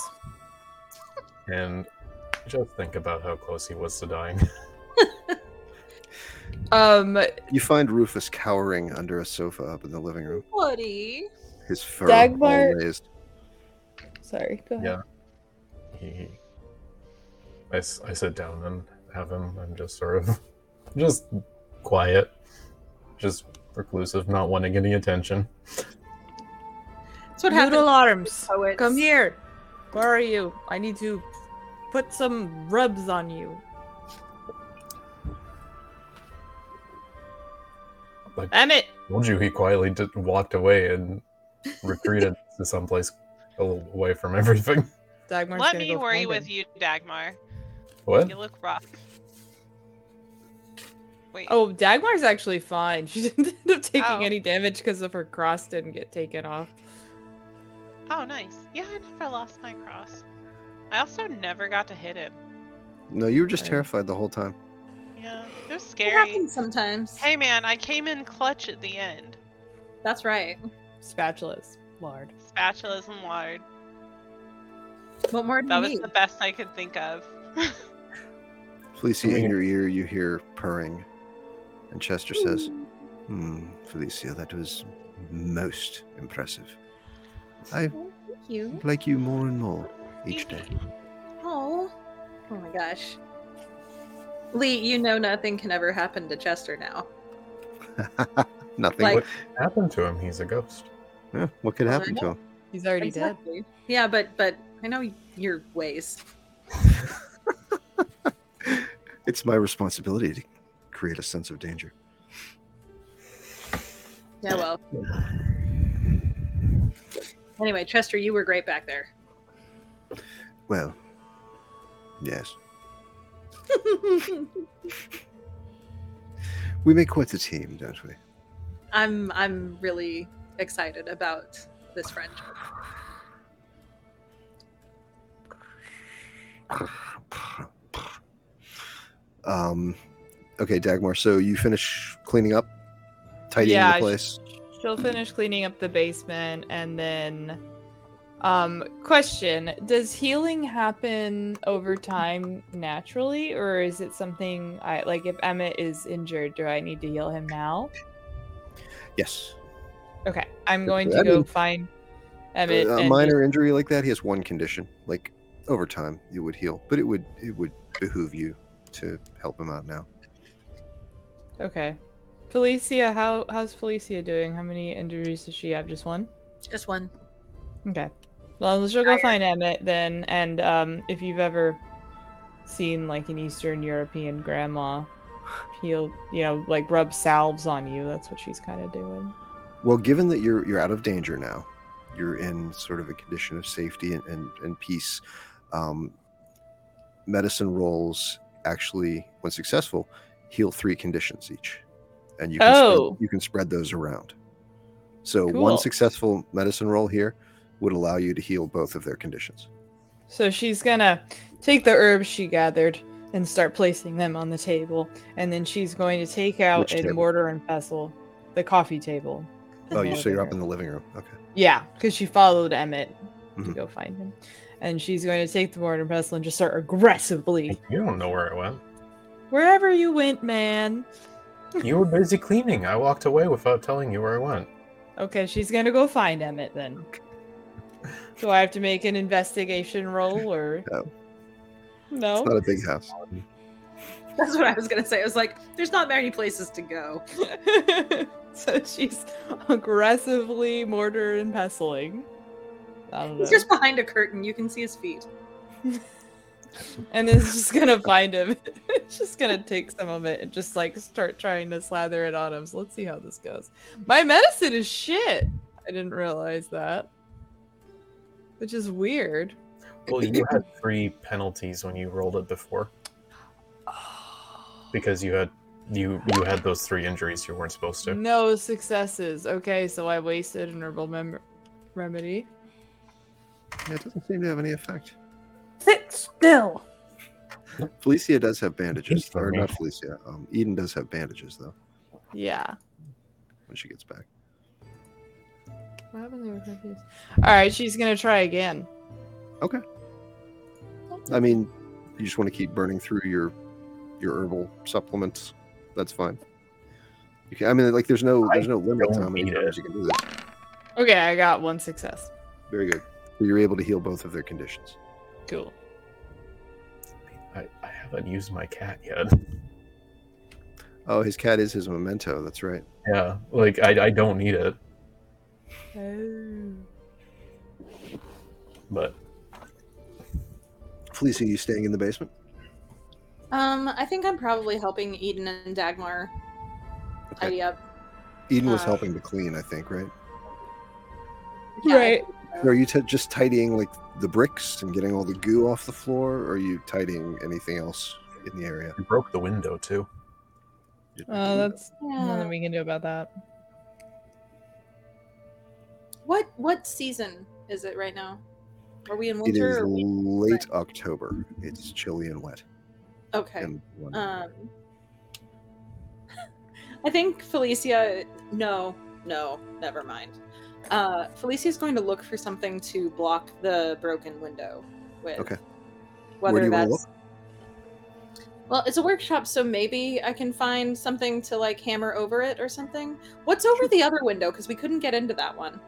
[SPEAKER 4] and just think about how close he was to dying. [laughs]
[SPEAKER 5] Um,
[SPEAKER 2] You find Rufus cowering under a sofa up in the living room,
[SPEAKER 1] Woody.
[SPEAKER 2] his fur all
[SPEAKER 5] Dagmar-
[SPEAKER 2] raised.
[SPEAKER 9] Sorry, go ahead.
[SPEAKER 4] Yeah. He, he- I, s- I sit down and have him. I'm just sort of [laughs] just quiet, just reclusive, not wanting any attention.
[SPEAKER 1] That's what
[SPEAKER 9] noodle
[SPEAKER 1] happened.
[SPEAKER 9] arms,
[SPEAKER 1] Poets.
[SPEAKER 9] come here. Where are you? I need to put some rubs on you.
[SPEAKER 4] Like-
[SPEAKER 9] Emmett,
[SPEAKER 4] Told you he quietly just walked away
[SPEAKER 1] [laughs]
[SPEAKER 4] and retreated to someplace a little away from everything.
[SPEAKER 9] Dagmar's
[SPEAKER 7] Let
[SPEAKER 9] gonna
[SPEAKER 7] me
[SPEAKER 9] go
[SPEAKER 7] worry
[SPEAKER 9] find
[SPEAKER 7] with
[SPEAKER 9] him.
[SPEAKER 7] you, Dagmar.
[SPEAKER 4] What?
[SPEAKER 7] You look rough. Wait.
[SPEAKER 5] oh, Dagmar's
[SPEAKER 9] [laughs]
[SPEAKER 5] actually fine. She didn't end up taking
[SPEAKER 7] Oh.
[SPEAKER 5] any damage because of her cross didn't get taken off.
[SPEAKER 7] Oh, nice. Yeah, I never lost my cross. I also never got to hit him.
[SPEAKER 2] No, you were just
[SPEAKER 5] Right.
[SPEAKER 2] terrified the whole time.
[SPEAKER 7] Yeah, it was
[SPEAKER 1] It
[SPEAKER 7] scary.
[SPEAKER 1] happens sometimes.
[SPEAKER 7] Hey, man, I came in clutch at the end.
[SPEAKER 1] That's right.
[SPEAKER 5] Spatulas, lard.
[SPEAKER 7] Spatulas and lard.
[SPEAKER 1] What more do
[SPEAKER 7] That
[SPEAKER 1] you
[SPEAKER 7] was
[SPEAKER 1] need?
[SPEAKER 7] the best I could think of.
[SPEAKER 2] Felicia,
[SPEAKER 4] I mean-
[SPEAKER 2] in your ear, you hear purring, and Chester says, "Hmm, Felicia, that was most impressive. I
[SPEAKER 1] Oh, Thank you.
[SPEAKER 2] like you more and more each day."
[SPEAKER 1] Oh. Oh my gosh. Lee, you know nothing can ever happen to Chester now.
[SPEAKER 2] Nothing.
[SPEAKER 1] Like-
[SPEAKER 4] what happened to him? He's a ghost.
[SPEAKER 2] Yeah, what could
[SPEAKER 1] Well,
[SPEAKER 2] happen
[SPEAKER 1] I
[SPEAKER 2] to him?
[SPEAKER 5] He's already dead.
[SPEAKER 1] Exactly. Yeah, but but I know your ways.
[SPEAKER 2] It's my responsibility to create a sense of danger.
[SPEAKER 1] Yeah, well. Anyway, Chester, you were great back there.
[SPEAKER 2] Well,
[SPEAKER 5] [laughs]
[SPEAKER 2] yes, we make quite a team, don't we? [sighs]
[SPEAKER 1] I'm I'm really excited about this friendship.
[SPEAKER 2] Um, okay, Dagmar. So you finish cleaning up, tidying
[SPEAKER 5] Yeah,
[SPEAKER 2] the
[SPEAKER 5] I sh-
[SPEAKER 2] place.
[SPEAKER 5] She'll finish cleaning up the basement and then um question, does healing happen over time naturally or is it something I like if Emmett is injured, do I need to heal him now?
[SPEAKER 2] Yes,
[SPEAKER 5] Okay, I'm going
[SPEAKER 2] I
[SPEAKER 5] to go
[SPEAKER 2] mean,
[SPEAKER 5] find
[SPEAKER 2] Uh, a,
[SPEAKER 5] Emmett
[SPEAKER 2] a
[SPEAKER 5] and
[SPEAKER 2] minor injury like that. He has one condition. Like over time, it would heal, but it would it would behoove you to help him out now.
[SPEAKER 5] just- Okay. Felicia, how how's Felicia doing? How many injuries does she have? Just one?
[SPEAKER 1] Just one.
[SPEAKER 5] Okay. Well, she'll go find Emmett then, and um, if you've ever seen like an Eastern European grandma, he'll you know like rub salves on you. That's what she's kind of doing.
[SPEAKER 2] Well, given that you're you're out of danger now, you're in sort of a condition of safety and and, and peace. Um, medicine rolls actually, when successful, heal three conditions each, and you can
[SPEAKER 5] Oh.
[SPEAKER 2] spread, you can spread those around. So
[SPEAKER 5] Cool.
[SPEAKER 2] one successful medicine roll here would allow you to heal both of their conditions.
[SPEAKER 5] So she's gonna take the herbs she gathered and start placing them on the table, and then she's going to take out
[SPEAKER 2] Which
[SPEAKER 5] a
[SPEAKER 2] table?
[SPEAKER 5] mortar and pestle. the coffee table.
[SPEAKER 2] Oh, you so you're up in the living room. Okay.
[SPEAKER 5] Yeah, because she followed Emmett to
[SPEAKER 2] Mhm.
[SPEAKER 5] go find him, and she's going to take the mortar and pestle and just start aggressively
[SPEAKER 4] You don't know where it went. [laughs]
[SPEAKER 5] wherever you went, man.
[SPEAKER 4] You were busy cleaning. I walked away without telling you where I went.
[SPEAKER 5] Okay, she's gonna go find Emmett then. Do I have to make an investigation roll or
[SPEAKER 2] No.
[SPEAKER 5] no?
[SPEAKER 2] It's not a big
[SPEAKER 5] Oh.
[SPEAKER 2] house.
[SPEAKER 1] That's what I was gonna say. I was like, there's not many places to go.
[SPEAKER 5] [laughs] so she's aggressively mortar and pestling. I don't know.
[SPEAKER 1] He's just behind a curtain. You can see his feet.
[SPEAKER 5] And then it's just gonna find him. [laughs] it's just gonna take some of it and just like start trying to slather it on him. So let's see how this goes. My medicine is shit. I didn't realize that. Which is weird.
[SPEAKER 4] Well, you had three penalties when you rolled it [sighs] before because you had you you had those three injuries you weren't supposed to.
[SPEAKER 5] No successes. Okay, so I wasted an herbal mem- remedy.
[SPEAKER 2] Yeah, it doesn't seem to have any effect.
[SPEAKER 5] Sit still.
[SPEAKER 2] Felicia does have bandages,
[SPEAKER 4] Good for
[SPEAKER 2] or
[SPEAKER 4] me.
[SPEAKER 2] not Felicia. Um, Eden does have bandages though
[SPEAKER 5] Yeah.
[SPEAKER 2] when she gets back.
[SPEAKER 5] What happened? They were confused. All right, she's gonna try again.
[SPEAKER 2] I mean, you just want to keep burning through your your herbal supplements. That's fine. You can, I mean, like there's no there's no limit to how
[SPEAKER 4] don't
[SPEAKER 2] many
[SPEAKER 4] need
[SPEAKER 2] times you can do this.
[SPEAKER 5] Okay, I got one success.
[SPEAKER 2] Very good. So you're able to heal both of their conditions.
[SPEAKER 5] Cool.
[SPEAKER 4] I, I haven't used my cat yet. [laughs]
[SPEAKER 2] Oh, his cat is his memento. That's right.
[SPEAKER 4] Yeah, like I, I don't need it,
[SPEAKER 5] Oh.
[SPEAKER 4] but
[SPEAKER 2] Felicia, you staying in the basement?
[SPEAKER 1] Um, I think I'm probably helping Eden and Dagmar
[SPEAKER 2] Okay.
[SPEAKER 1] tidy up.
[SPEAKER 2] Eden was
[SPEAKER 1] Uh,
[SPEAKER 2] helping to clean, I think, right?
[SPEAKER 1] Yeah, I
[SPEAKER 5] Right.
[SPEAKER 1] think
[SPEAKER 2] So Are you t- just tidying like the bricks and getting all the goo off the floor, or are you tidying anything else in the area?
[SPEAKER 4] you broke the window too.
[SPEAKER 1] Uh,
[SPEAKER 5] Oh, that's
[SPEAKER 1] Yeah.
[SPEAKER 5] nothing we can do about that.
[SPEAKER 1] What what season is it right now? Are we in
[SPEAKER 2] It
[SPEAKER 1] winter?
[SPEAKER 2] is
[SPEAKER 1] or are we-
[SPEAKER 2] late October. It's chilly and wet.
[SPEAKER 1] Okay.
[SPEAKER 2] And warm.
[SPEAKER 1] Um, [laughs] I think Felicia. No, no, never mind. Uh, Felicia's going to look for something to block the broken window with.
[SPEAKER 2] Okay.
[SPEAKER 1] Whether
[SPEAKER 2] do you wanna
[SPEAKER 1] that's. Well, it's a workshop, so maybe I can find something to like hammer over it or something. What's over the other window? Because we couldn't get into that one.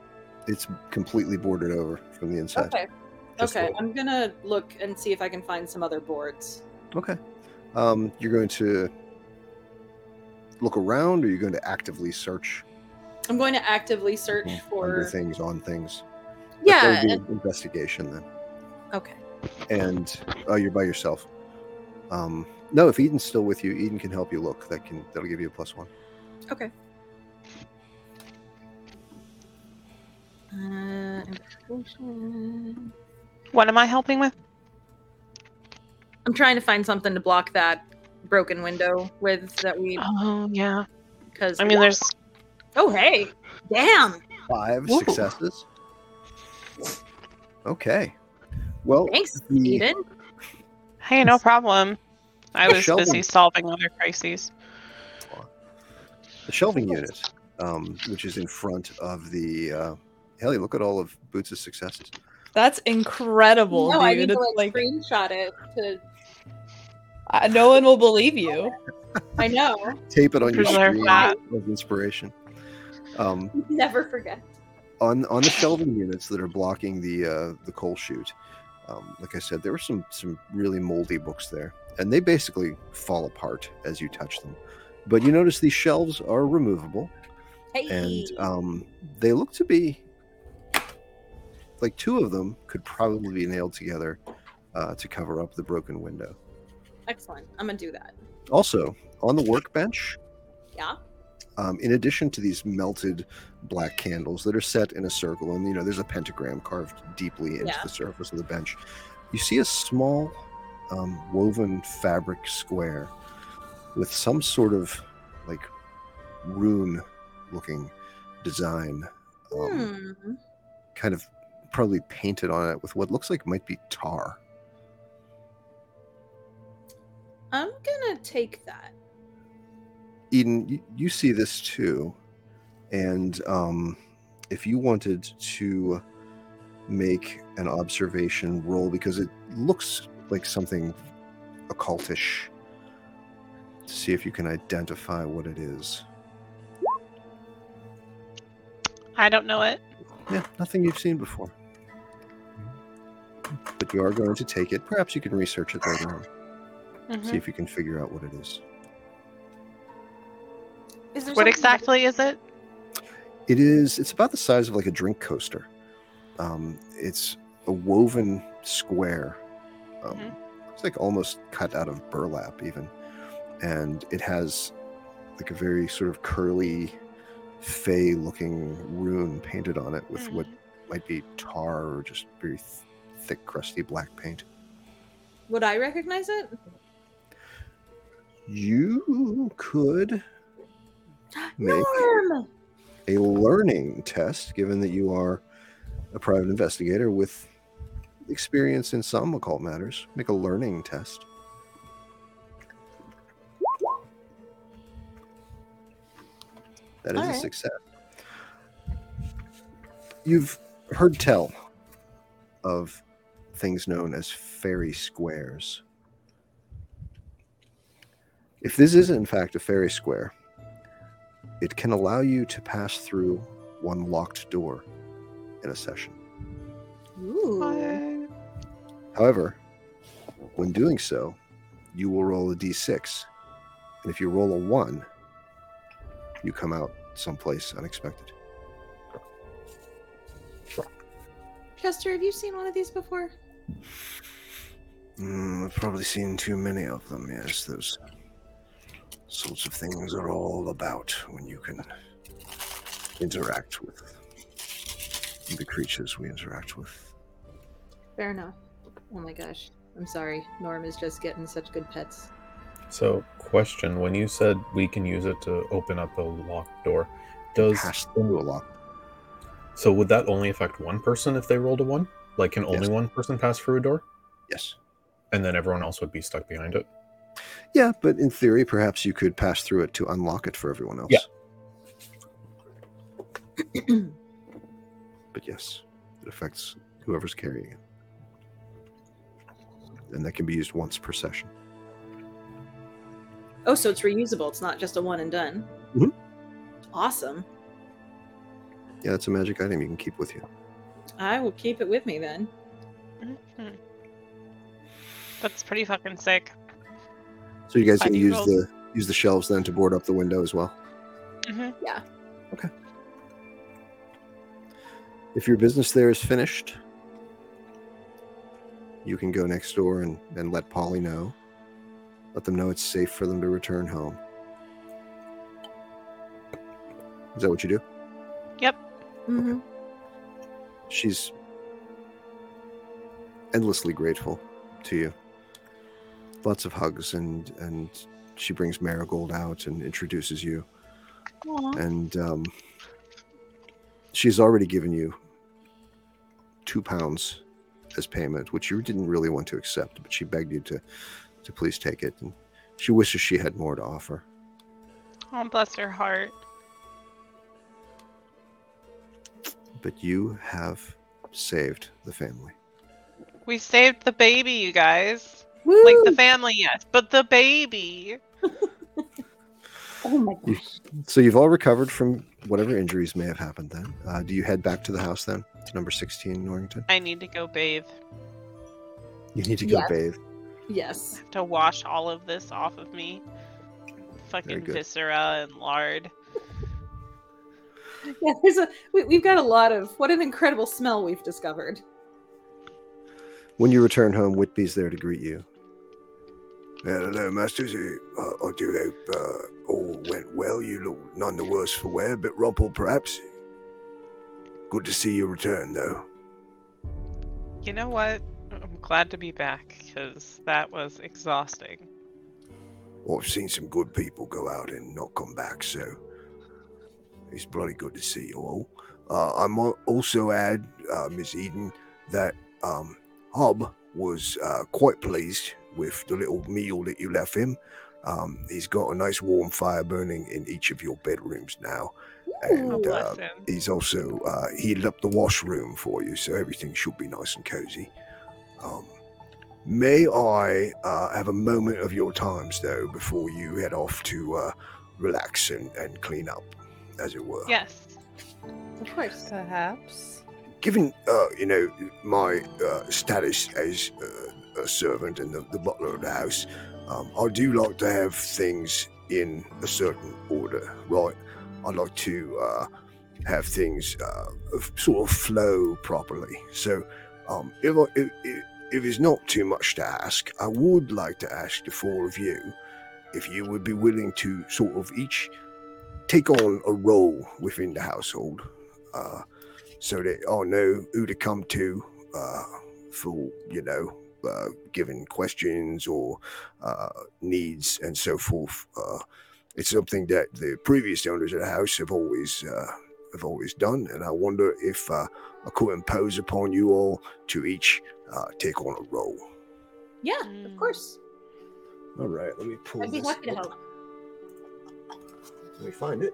[SPEAKER 2] it's completely boarded over from the inside.
[SPEAKER 1] Okay.
[SPEAKER 4] Just
[SPEAKER 1] okay.
[SPEAKER 4] look.
[SPEAKER 1] I'm gonna look and see if I can find some other boards.
[SPEAKER 2] Okay. Um, you're going to look around, or you're going to actively search
[SPEAKER 1] I'm going to actively search
[SPEAKER 2] under
[SPEAKER 1] for.
[SPEAKER 2] things, on things. But that
[SPEAKER 1] Yeah.
[SPEAKER 2] would be
[SPEAKER 1] and-
[SPEAKER 2] an investigation then.
[SPEAKER 1] okay.
[SPEAKER 2] And oh, you're by yourself. Um, no, if Eden's still with you, Eden can help you look. That can that'll give you a plus one.
[SPEAKER 1] Uh, investigation.
[SPEAKER 7] What am I helping with?
[SPEAKER 1] I'm trying to find something to block that broken window with that we
[SPEAKER 7] Oh yeah.
[SPEAKER 1] because
[SPEAKER 7] I mean, there's
[SPEAKER 1] oh hey damn
[SPEAKER 2] Five
[SPEAKER 7] Whoa.
[SPEAKER 2] successes. Okay. Well,
[SPEAKER 1] thanks
[SPEAKER 2] the-
[SPEAKER 1] Eden
[SPEAKER 7] hey, no problem. I was
[SPEAKER 2] Sheldon.
[SPEAKER 7] busy solving other crises.
[SPEAKER 2] the shelving unit, um, which is in frent of the. Uh, Haley, look at all of Boots' successes.
[SPEAKER 5] That's incredible,
[SPEAKER 1] no
[SPEAKER 5] dude.
[SPEAKER 1] I need to
[SPEAKER 5] It's
[SPEAKER 1] like, screenshot it to
[SPEAKER 5] I- no one will believe you.
[SPEAKER 1] I know [laughs]
[SPEAKER 2] Tape it on your
[SPEAKER 7] Preserve
[SPEAKER 2] screen
[SPEAKER 7] that.
[SPEAKER 2] as inspiration. Um,
[SPEAKER 1] never forget
[SPEAKER 2] on on the shelving units that are blocking the uh, the coal chute. Um, like I said, there were some some really moldy books there, and they basically fall apart as you touch them. But you notice these shelves are removable,
[SPEAKER 1] hey
[SPEAKER 2] and um, they look to be like two of them could probably be nailed together uh, to cover up the broken window.
[SPEAKER 1] excellent I'm gonna do that
[SPEAKER 2] Also, on the workbench,
[SPEAKER 1] yeah
[SPEAKER 2] um, in addition to these melted black candles that are set in a circle and you know there's a pentagram carved deeply into
[SPEAKER 1] Yeah.
[SPEAKER 2] the surface of the bench you see a small um, woven fabric square with some sort of like rune looking design um,
[SPEAKER 1] hmm.
[SPEAKER 2] kind of probably painted on it with what looks like might be tar
[SPEAKER 1] I'm gonna take that
[SPEAKER 2] eden you, you see this too And um, if you wanted to make an observation roll, because it looks like something occultish, to see if you can identify what it is.
[SPEAKER 3] I don't know it.
[SPEAKER 2] Yeah, nothing you've seen before. But you are going to take it. Perhaps you can research it later on. See
[SPEAKER 3] Mhm.
[SPEAKER 2] if you can figure out what it is.
[SPEAKER 1] Is there
[SPEAKER 3] What
[SPEAKER 1] something-
[SPEAKER 3] exactly is it?
[SPEAKER 2] It is. It's about the size of like a drink coaster. Um, it's a woven square. Um,
[SPEAKER 3] Mhm.
[SPEAKER 2] It's like almost cut out of burlap, even, and it has like a very sort of curly, fey-looking rune painted on it with what
[SPEAKER 3] Mm-hmm.
[SPEAKER 2] might be tar or just very th- thick, crusty black paint.
[SPEAKER 1] Would I recognize it?
[SPEAKER 2] You could make
[SPEAKER 1] Norm!
[SPEAKER 2] a learning test, given that you are a private investigator with experience in some occult matters. Make a learning test. That is a
[SPEAKER 1] Alright.
[SPEAKER 2] success. You've heard tell of things known as fairy squares. If this is, in fact, a fairy square, it can allow you to pass through one locked door in a session.
[SPEAKER 1] Ooh.
[SPEAKER 2] However, when doing so, you will roll a d6. And if you roll a 1, you come out someplace unexpected.
[SPEAKER 1] Chester, have you seen one of these before?
[SPEAKER 2] Mm, I've probably seen too many of them, yes. Those sorts of things are all about when you can interact with the creatures we interact with.
[SPEAKER 1] Fair enough. Oh my gosh. I'm sorry. Norm is just getting such good pets.
[SPEAKER 4] So, question: When you said we can use it to open up a locked door, does
[SPEAKER 2] Pass through a locked
[SPEAKER 4] so would that only affect one person if they rolled a one? Like, can only
[SPEAKER 2] Yes.
[SPEAKER 4] one person pass through a door,
[SPEAKER 2] Yes.
[SPEAKER 4] and then everyone else would be stuck behind it?
[SPEAKER 2] Yeah, but in theory, perhaps you could pass through it to unlock it for everyone else.
[SPEAKER 4] Yeah.
[SPEAKER 2] but yes, it affects whoever's carrying it. And that can be used once per session.
[SPEAKER 1] Oh, so it's reusable. It's not just a one and done.
[SPEAKER 2] Mhm.
[SPEAKER 1] Awesome.
[SPEAKER 2] Yeah, it's a magic item you can keep with you.
[SPEAKER 1] I will keep it with me then.
[SPEAKER 3] Mhm. That's pretty fucking sick.
[SPEAKER 2] So you guys
[SPEAKER 3] I
[SPEAKER 2] can
[SPEAKER 3] do
[SPEAKER 2] use
[SPEAKER 3] roll-
[SPEAKER 2] the use the shelves then to board up the window as well.
[SPEAKER 3] Mhm.
[SPEAKER 1] Yeah.
[SPEAKER 2] Okay. If your business there is finished, you can go next door and, and let Polly know. Let them know it's safe for them to return home. Is that what you do?
[SPEAKER 1] Mhm.
[SPEAKER 2] She's endlessly grateful to you. Lots of hugs and and she brings Marigold out and introduces you. And um, she's already given you two pounds as payment, which you didn't really want to accept, but she begged you to to please take it. And she wishes she had more to offer.
[SPEAKER 3] Oh, bless her heart.
[SPEAKER 2] But you have saved the family.
[SPEAKER 3] We saved the baby, you guys.
[SPEAKER 1] Woo!
[SPEAKER 3] Like the family, yes, but the baby.
[SPEAKER 1] oh my god.
[SPEAKER 2] So you've all recovered from whatever injuries may have happened then. Uh, do you head back to the house then, to number 16 Norrington?
[SPEAKER 3] I need to go bathe.
[SPEAKER 2] You need to go
[SPEAKER 1] Yes.
[SPEAKER 2] bathe.
[SPEAKER 3] I
[SPEAKER 1] Yes.
[SPEAKER 3] have to wash all of this off of me. Fucking
[SPEAKER 2] good.
[SPEAKER 3] viscera and lard.
[SPEAKER 1] [laughs] Yeah, there's a, we, we've got a lot of. What an incredible smell we've discovered.
[SPEAKER 2] When you return home, Whitby's there to greet you. Hello, Masters. Uh, I do hope uh, all went well. You look none the worse for wear, but rumpled perhaps. Good to see you return, though.
[SPEAKER 3] You know what? I'm glad to be back because that was exhausting.
[SPEAKER 2] I've seen some good people go out and not come back, so it's bloody good to see you all. Uh, I might also add, uh, Miss Eden, that um, Hob was uh, quite pleased with the little meal that you left him. Um, he's got a nice warm fire burning in each of your bedrooms now,
[SPEAKER 1] Oh,
[SPEAKER 2] and uh,
[SPEAKER 7] bless him.
[SPEAKER 2] he's also uh, heated up the washroom for you, so everything should be nice and cozy. Um, may I uh, have a moment of your times though before you head off to uh, relax and, and clean up, as it were?
[SPEAKER 3] Yes.
[SPEAKER 1] Of course.
[SPEAKER 9] Perhaps.
[SPEAKER 2] given uh, you know my uh, status as uh, a servant and the, the butler of the house, um, I do like to have things in a certain order, right? I like to uh, have things uh, f- sort of flow properly. So, um, if, I, if, if- if it's not too much to ask, I would like to ask the four of you if you would be willing to sort of each take on a role within the household. Uh, so that I know who to come to uh, for, you know, uh, given questions or uh, needs and so forth. Uh, it's something that the previous owners of the house have always uh, have always done, and I wonder if uh, I could impose upon you all to each uh, take on a role.
[SPEAKER 1] Yeah,
[SPEAKER 3] Mm.
[SPEAKER 1] of course.
[SPEAKER 2] All right, let me pull.
[SPEAKER 1] I'd be
[SPEAKER 2] this
[SPEAKER 1] happy to
[SPEAKER 2] up.
[SPEAKER 1] help.
[SPEAKER 2] Let me find it.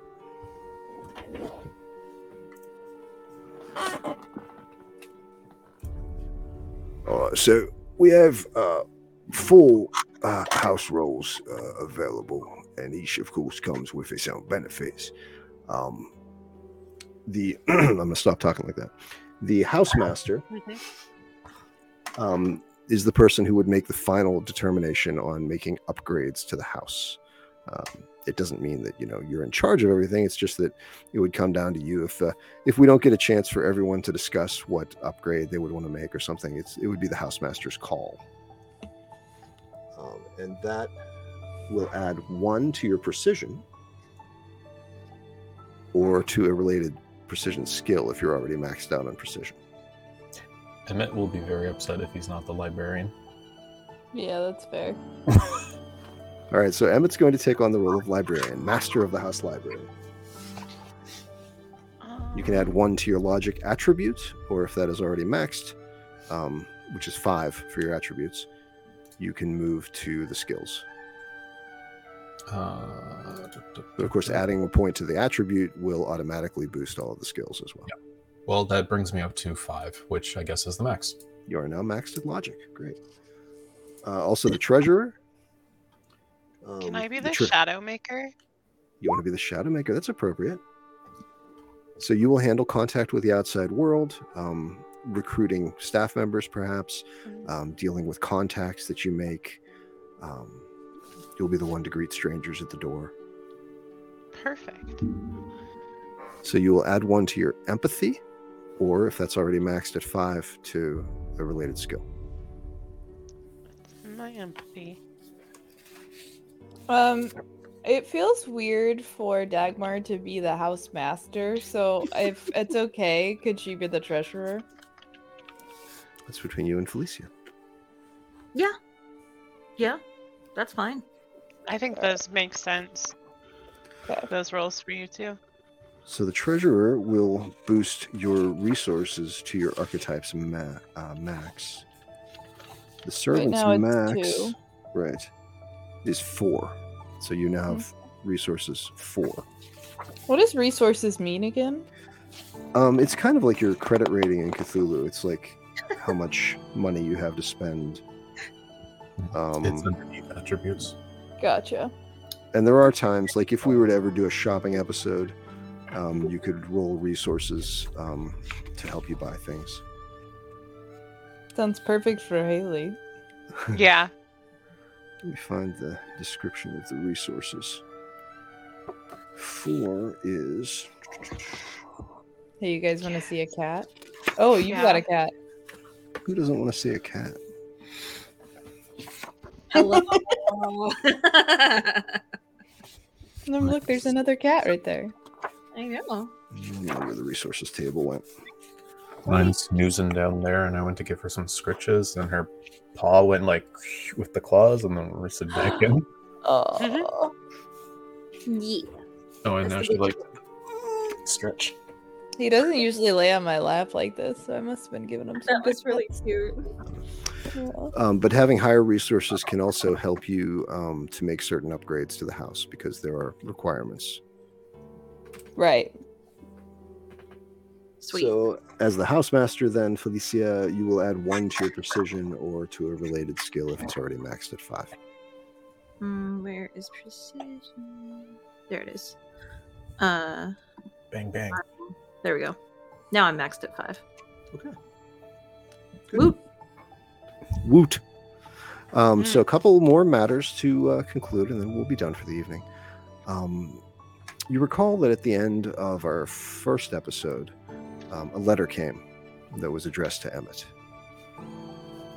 [SPEAKER 2] All right, so we have uh, four uh, house roles uh, available, and each, of course, comes with its own benefits. Um, the [clears throat] I'm gonna stop talking like that. The housemaster um, is the person who would make the final determination on making upgrades to the house. Um, it doesn't mean that you know you're in charge of everything. It's just that it would come down to you if uh, if we don't get a chance for everyone to discuss what upgrade they would want to make or something. It's it would be the housemaster's call. Um, and that will add one to your precision or to a related precision skill if you're already maxed out on precision.
[SPEAKER 4] Emmett will be very upset if he's not the librarian.
[SPEAKER 5] Yeah, that's fair.
[SPEAKER 2] All right, so Emmett's going to take on the role of librarian, master of the house library.
[SPEAKER 7] Um,
[SPEAKER 2] You can add one to your logic attribute, or if that is already maxed, um, which is five for your attributes, you can move to the skills.
[SPEAKER 4] Uh,
[SPEAKER 2] But of course, adding a point to the attribute will automatically boost all of the skills as well.
[SPEAKER 4] Well, that brings me up to five, which I guess is the max.
[SPEAKER 2] You are now maxed at logic. Great. Uh, also, the treasurer.
[SPEAKER 7] Can
[SPEAKER 2] Um,
[SPEAKER 7] I be the
[SPEAKER 2] tre-
[SPEAKER 7] shadow maker?
[SPEAKER 2] You want to be the shadow maker? That's appropriate. So you will handle contact with the outside world, um, recruiting staff members, perhaps,
[SPEAKER 7] Mhm.
[SPEAKER 2] um, dealing with contacts that you make. Um, you'll be the one to greet strangers at the door.
[SPEAKER 7] Perfect.
[SPEAKER 2] So you will add one to your empathy, or if that's already maxed at five, to a related skill.
[SPEAKER 7] My empathy.
[SPEAKER 5] Um, it feels weird for Dagmar to be the house master, so if it's okay, could she be the treasurer?
[SPEAKER 2] That's between you and Felicia.
[SPEAKER 1] Yeah, that's fine.
[SPEAKER 7] I think those make sense.
[SPEAKER 5] Okay.
[SPEAKER 7] Those roles for you too.
[SPEAKER 2] So the treasurer will boost your resources to your archetypes ma- uh, max. The servant's
[SPEAKER 5] now it's
[SPEAKER 2] max,
[SPEAKER 5] two.
[SPEAKER 2] right, is four. So you now have
[SPEAKER 5] Mm-hmm.
[SPEAKER 2] resources four.
[SPEAKER 5] What does resources mean again?
[SPEAKER 2] Um, it's kind of like your credit rating in Cthulhu. It's like how much money you have to spend. Um,
[SPEAKER 4] it's underneath attributes.
[SPEAKER 5] Gotcha.
[SPEAKER 2] and there are times like if we were to ever do a shopping episode, um, you could roll resources um, to help you buy things.
[SPEAKER 5] Sounds perfect for Haley.
[SPEAKER 7] Yeah.
[SPEAKER 2] Let me find the description of the resources. Four is
[SPEAKER 5] Hey, you guys want to see a cat? Oh, you got a cat.
[SPEAKER 2] who doesn't want to see a cat?
[SPEAKER 1] Hello. [laughs]
[SPEAKER 5] No, look, there's another cat right there.
[SPEAKER 1] I know.
[SPEAKER 2] I don't know where the resources table went. Mm.
[SPEAKER 4] Mine's snoozing down there, and I went to give her some scritches, and her paw went like with the claws, and then wristed back [laughs] in.
[SPEAKER 1] Mm-hmm.
[SPEAKER 5] Oh,
[SPEAKER 1] Yeah.
[SPEAKER 4] Oh, and now she [laughs] like stretch.
[SPEAKER 5] he doesn't usually lay on my lap like this, so I must have been giving him some.
[SPEAKER 1] That was really cute.
[SPEAKER 5] Aw.
[SPEAKER 2] Um, but having higher resources can also help you um, to make certain upgrades to the house because there are requirements.
[SPEAKER 5] Right.
[SPEAKER 1] Sweet.
[SPEAKER 2] So, as the housemaster, then Felicia, you will add one to your precision or to a related skill if it's already maxed at five.
[SPEAKER 1] Hmm, where is precision? There it is. Uh,
[SPEAKER 4] Bang bang.
[SPEAKER 1] there we go. Now I'm maxed at five.
[SPEAKER 2] Good.
[SPEAKER 1] Woot.
[SPEAKER 2] Woot. Um,
[SPEAKER 3] Mm.
[SPEAKER 2] So, a couple more matters to uh, conclude, and then we'll be done for the evening. Um, you recall that at the end of our first episode, um, a letter came that was addressed to Emmett.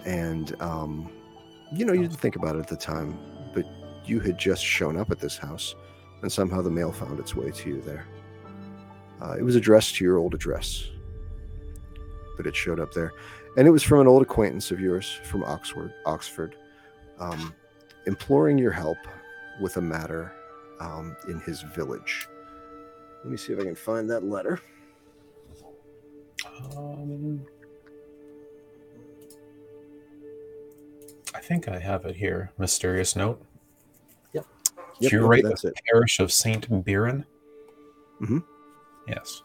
[SPEAKER 2] And, um, you know, you didn't think about it at the time, but you had just shown up at this house, and somehow the mail found its way to you there. Uh, it was addressed to your old address, but it showed up there and it was from an old acquaintance of yours from Oxford, Oxford, um, imploring your help with a matter um, in his village. Let me see if I can find that letter.
[SPEAKER 4] Um, I think I have it here. Mysterious note. Did you
[SPEAKER 2] okay,
[SPEAKER 4] write
[SPEAKER 2] that's it.
[SPEAKER 4] Parish of Saint Biron.
[SPEAKER 2] Mhm.
[SPEAKER 4] Yes.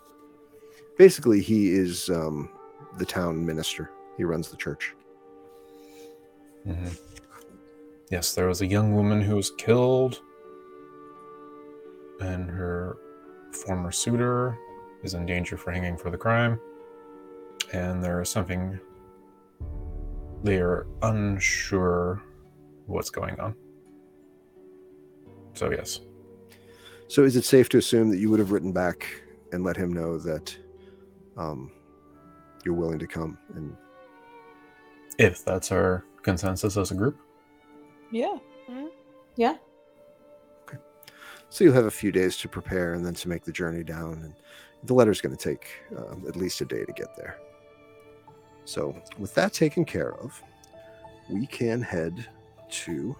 [SPEAKER 2] Basically, he is um, the town minister. He runs the church.
[SPEAKER 4] hmm Yes, there was a young woman who was killed, and her former suitor is in danger for hanging for the crime. And there is something they are unsure what's going on. So yes,
[SPEAKER 2] So, is it safe to assume that you would have written back and let him know that um, you're willing to come? And
[SPEAKER 4] if that's our consensus as a group,
[SPEAKER 5] Yeah.
[SPEAKER 2] so you'll have a few days to prepare and then to make the journey down. And the letter's going to take um, at least a day to get there. So, with that taken care of, we can head to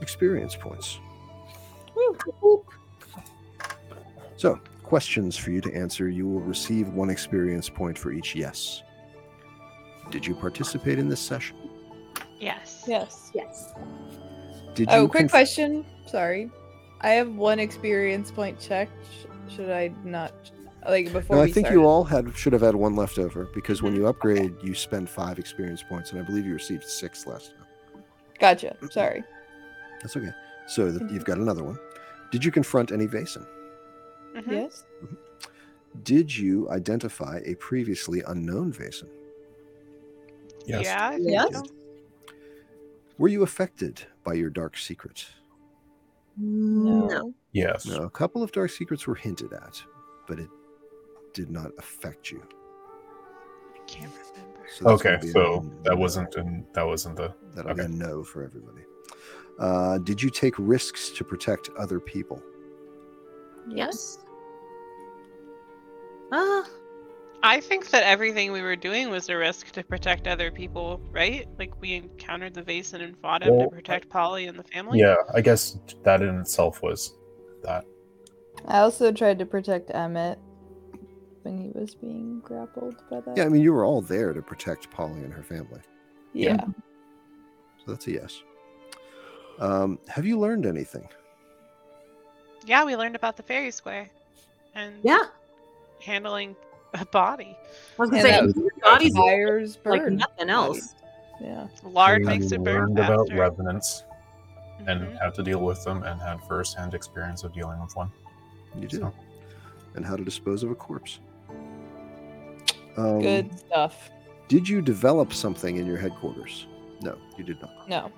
[SPEAKER 2] experience points. So, questions for you to answer. You will receive one experience point for each yes. Did you participate in this session?
[SPEAKER 7] Yes.
[SPEAKER 5] Yes.
[SPEAKER 1] Yes.
[SPEAKER 2] Did
[SPEAKER 5] Oh,
[SPEAKER 2] you
[SPEAKER 5] quick
[SPEAKER 2] conf-
[SPEAKER 5] question. Sorry. I have one experience point checked. Sh- Should I not like before
[SPEAKER 2] No, I
[SPEAKER 5] we
[SPEAKER 2] think
[SPEAKER 5] started?
[SPEAKER 2] you all had should have had one left over because when you upgrade, you spend five experience points, and I believe you received six last time.
[SPEAKER 5] Gotcha. Sorry.
[SPEAKER 2] That's okay. So th- you've got another one. Did you confront any Vason?
[SPEAKER 1] Mm-hmm.
[SPEAKER 7] Mhm.
[SPEAKER 5] Yes.
[SPEAKER 2] Did you identify a previously unknown Vason?
[SPEAKER 4] yes,
[SPEAKER 7] Yeah. I think
[SPEAKER 1] Yes.
[SPEAKER 7] so.
[SPEAKER 2] Were you affected by your dark secret?
[SPEAKER 1] No.
[SPEAKER 4] yes.
[SPEAKER 2] Now, a couple of dark secrets were hinted at, but it did not affect you.
[SPEAKER 7] Can't remember.
[SPEAKER 2] So that's
[SPEAKER 4] Okay,
[SPEAKER 2] gonna be
[SPEAKER 4] so
[SPEAKER 2] a-
[SPEAKER 4] that wasn't in, that wasn't the
[SPEAKER 2] that'll be a
[SPEAKER 4] okay.
[SPEAKER 2] no for everybody. Uh, did you take risks to protect other people?
[SPEAKER 1] Yes. Ah,
[SPEAKER 7] I think that everything we were doing was a risk to protect other people, right? Like we encountered the Vason and fought him
[SPEAKER 4] Well,
[SPEAKER 7] to protect Polly and the family.
[SPEAKER 4] yeah. I guess that in itself was that.
[SPEAKER 5] I also tried to protect Emmett when he was being grappled by that.
[SPEAKER 2] Yeah, I mean, you were all there to protect Polly and her family.
[SPEAKER 5] Yeah.
[SPEAKER 2] So that's a yes. Um, have you learned anything?
[SPEAKER 7] Yeah, we learned about the fairy square and
[SPEAKER 1] yeah. I
[SPEAKER 7] handling a body.
[SPEAKER 1] was gonna
[SPEAKER 5] And
[SPEAKER 1] say
[SPEAKER 5] that-
[SPEAKER 1] your body's
[SPEAKER 5] Fires
[SPEAKER 1] like
[SPEAKER 5] bird.
[SPEAKER 1] nothing else.
[SPEAKER 5] Yeah.
[SPEAKER 7] Lard
[SPEAKER 4] We
[SPEAKER 7] makes it burn
[SPEAKER 4] learned
[SPEAKER 7] faster.
[SPEAKER 4] about revenants and
[SPEAKER 7] Mhm.
[SPEAKER 4] had to deal with them and had first-hand experience of dealing with one.
[SPEAKER 2] You
[SPEAKER 4] So-
[SPEAKER 2] do. And how to dispose of a corpse. Um,
[SPEAKER 5] Good stuff.
[SPEAKER 2] Did you develop something in your headquarters? No, you did not.
[SPEAKER 5] No.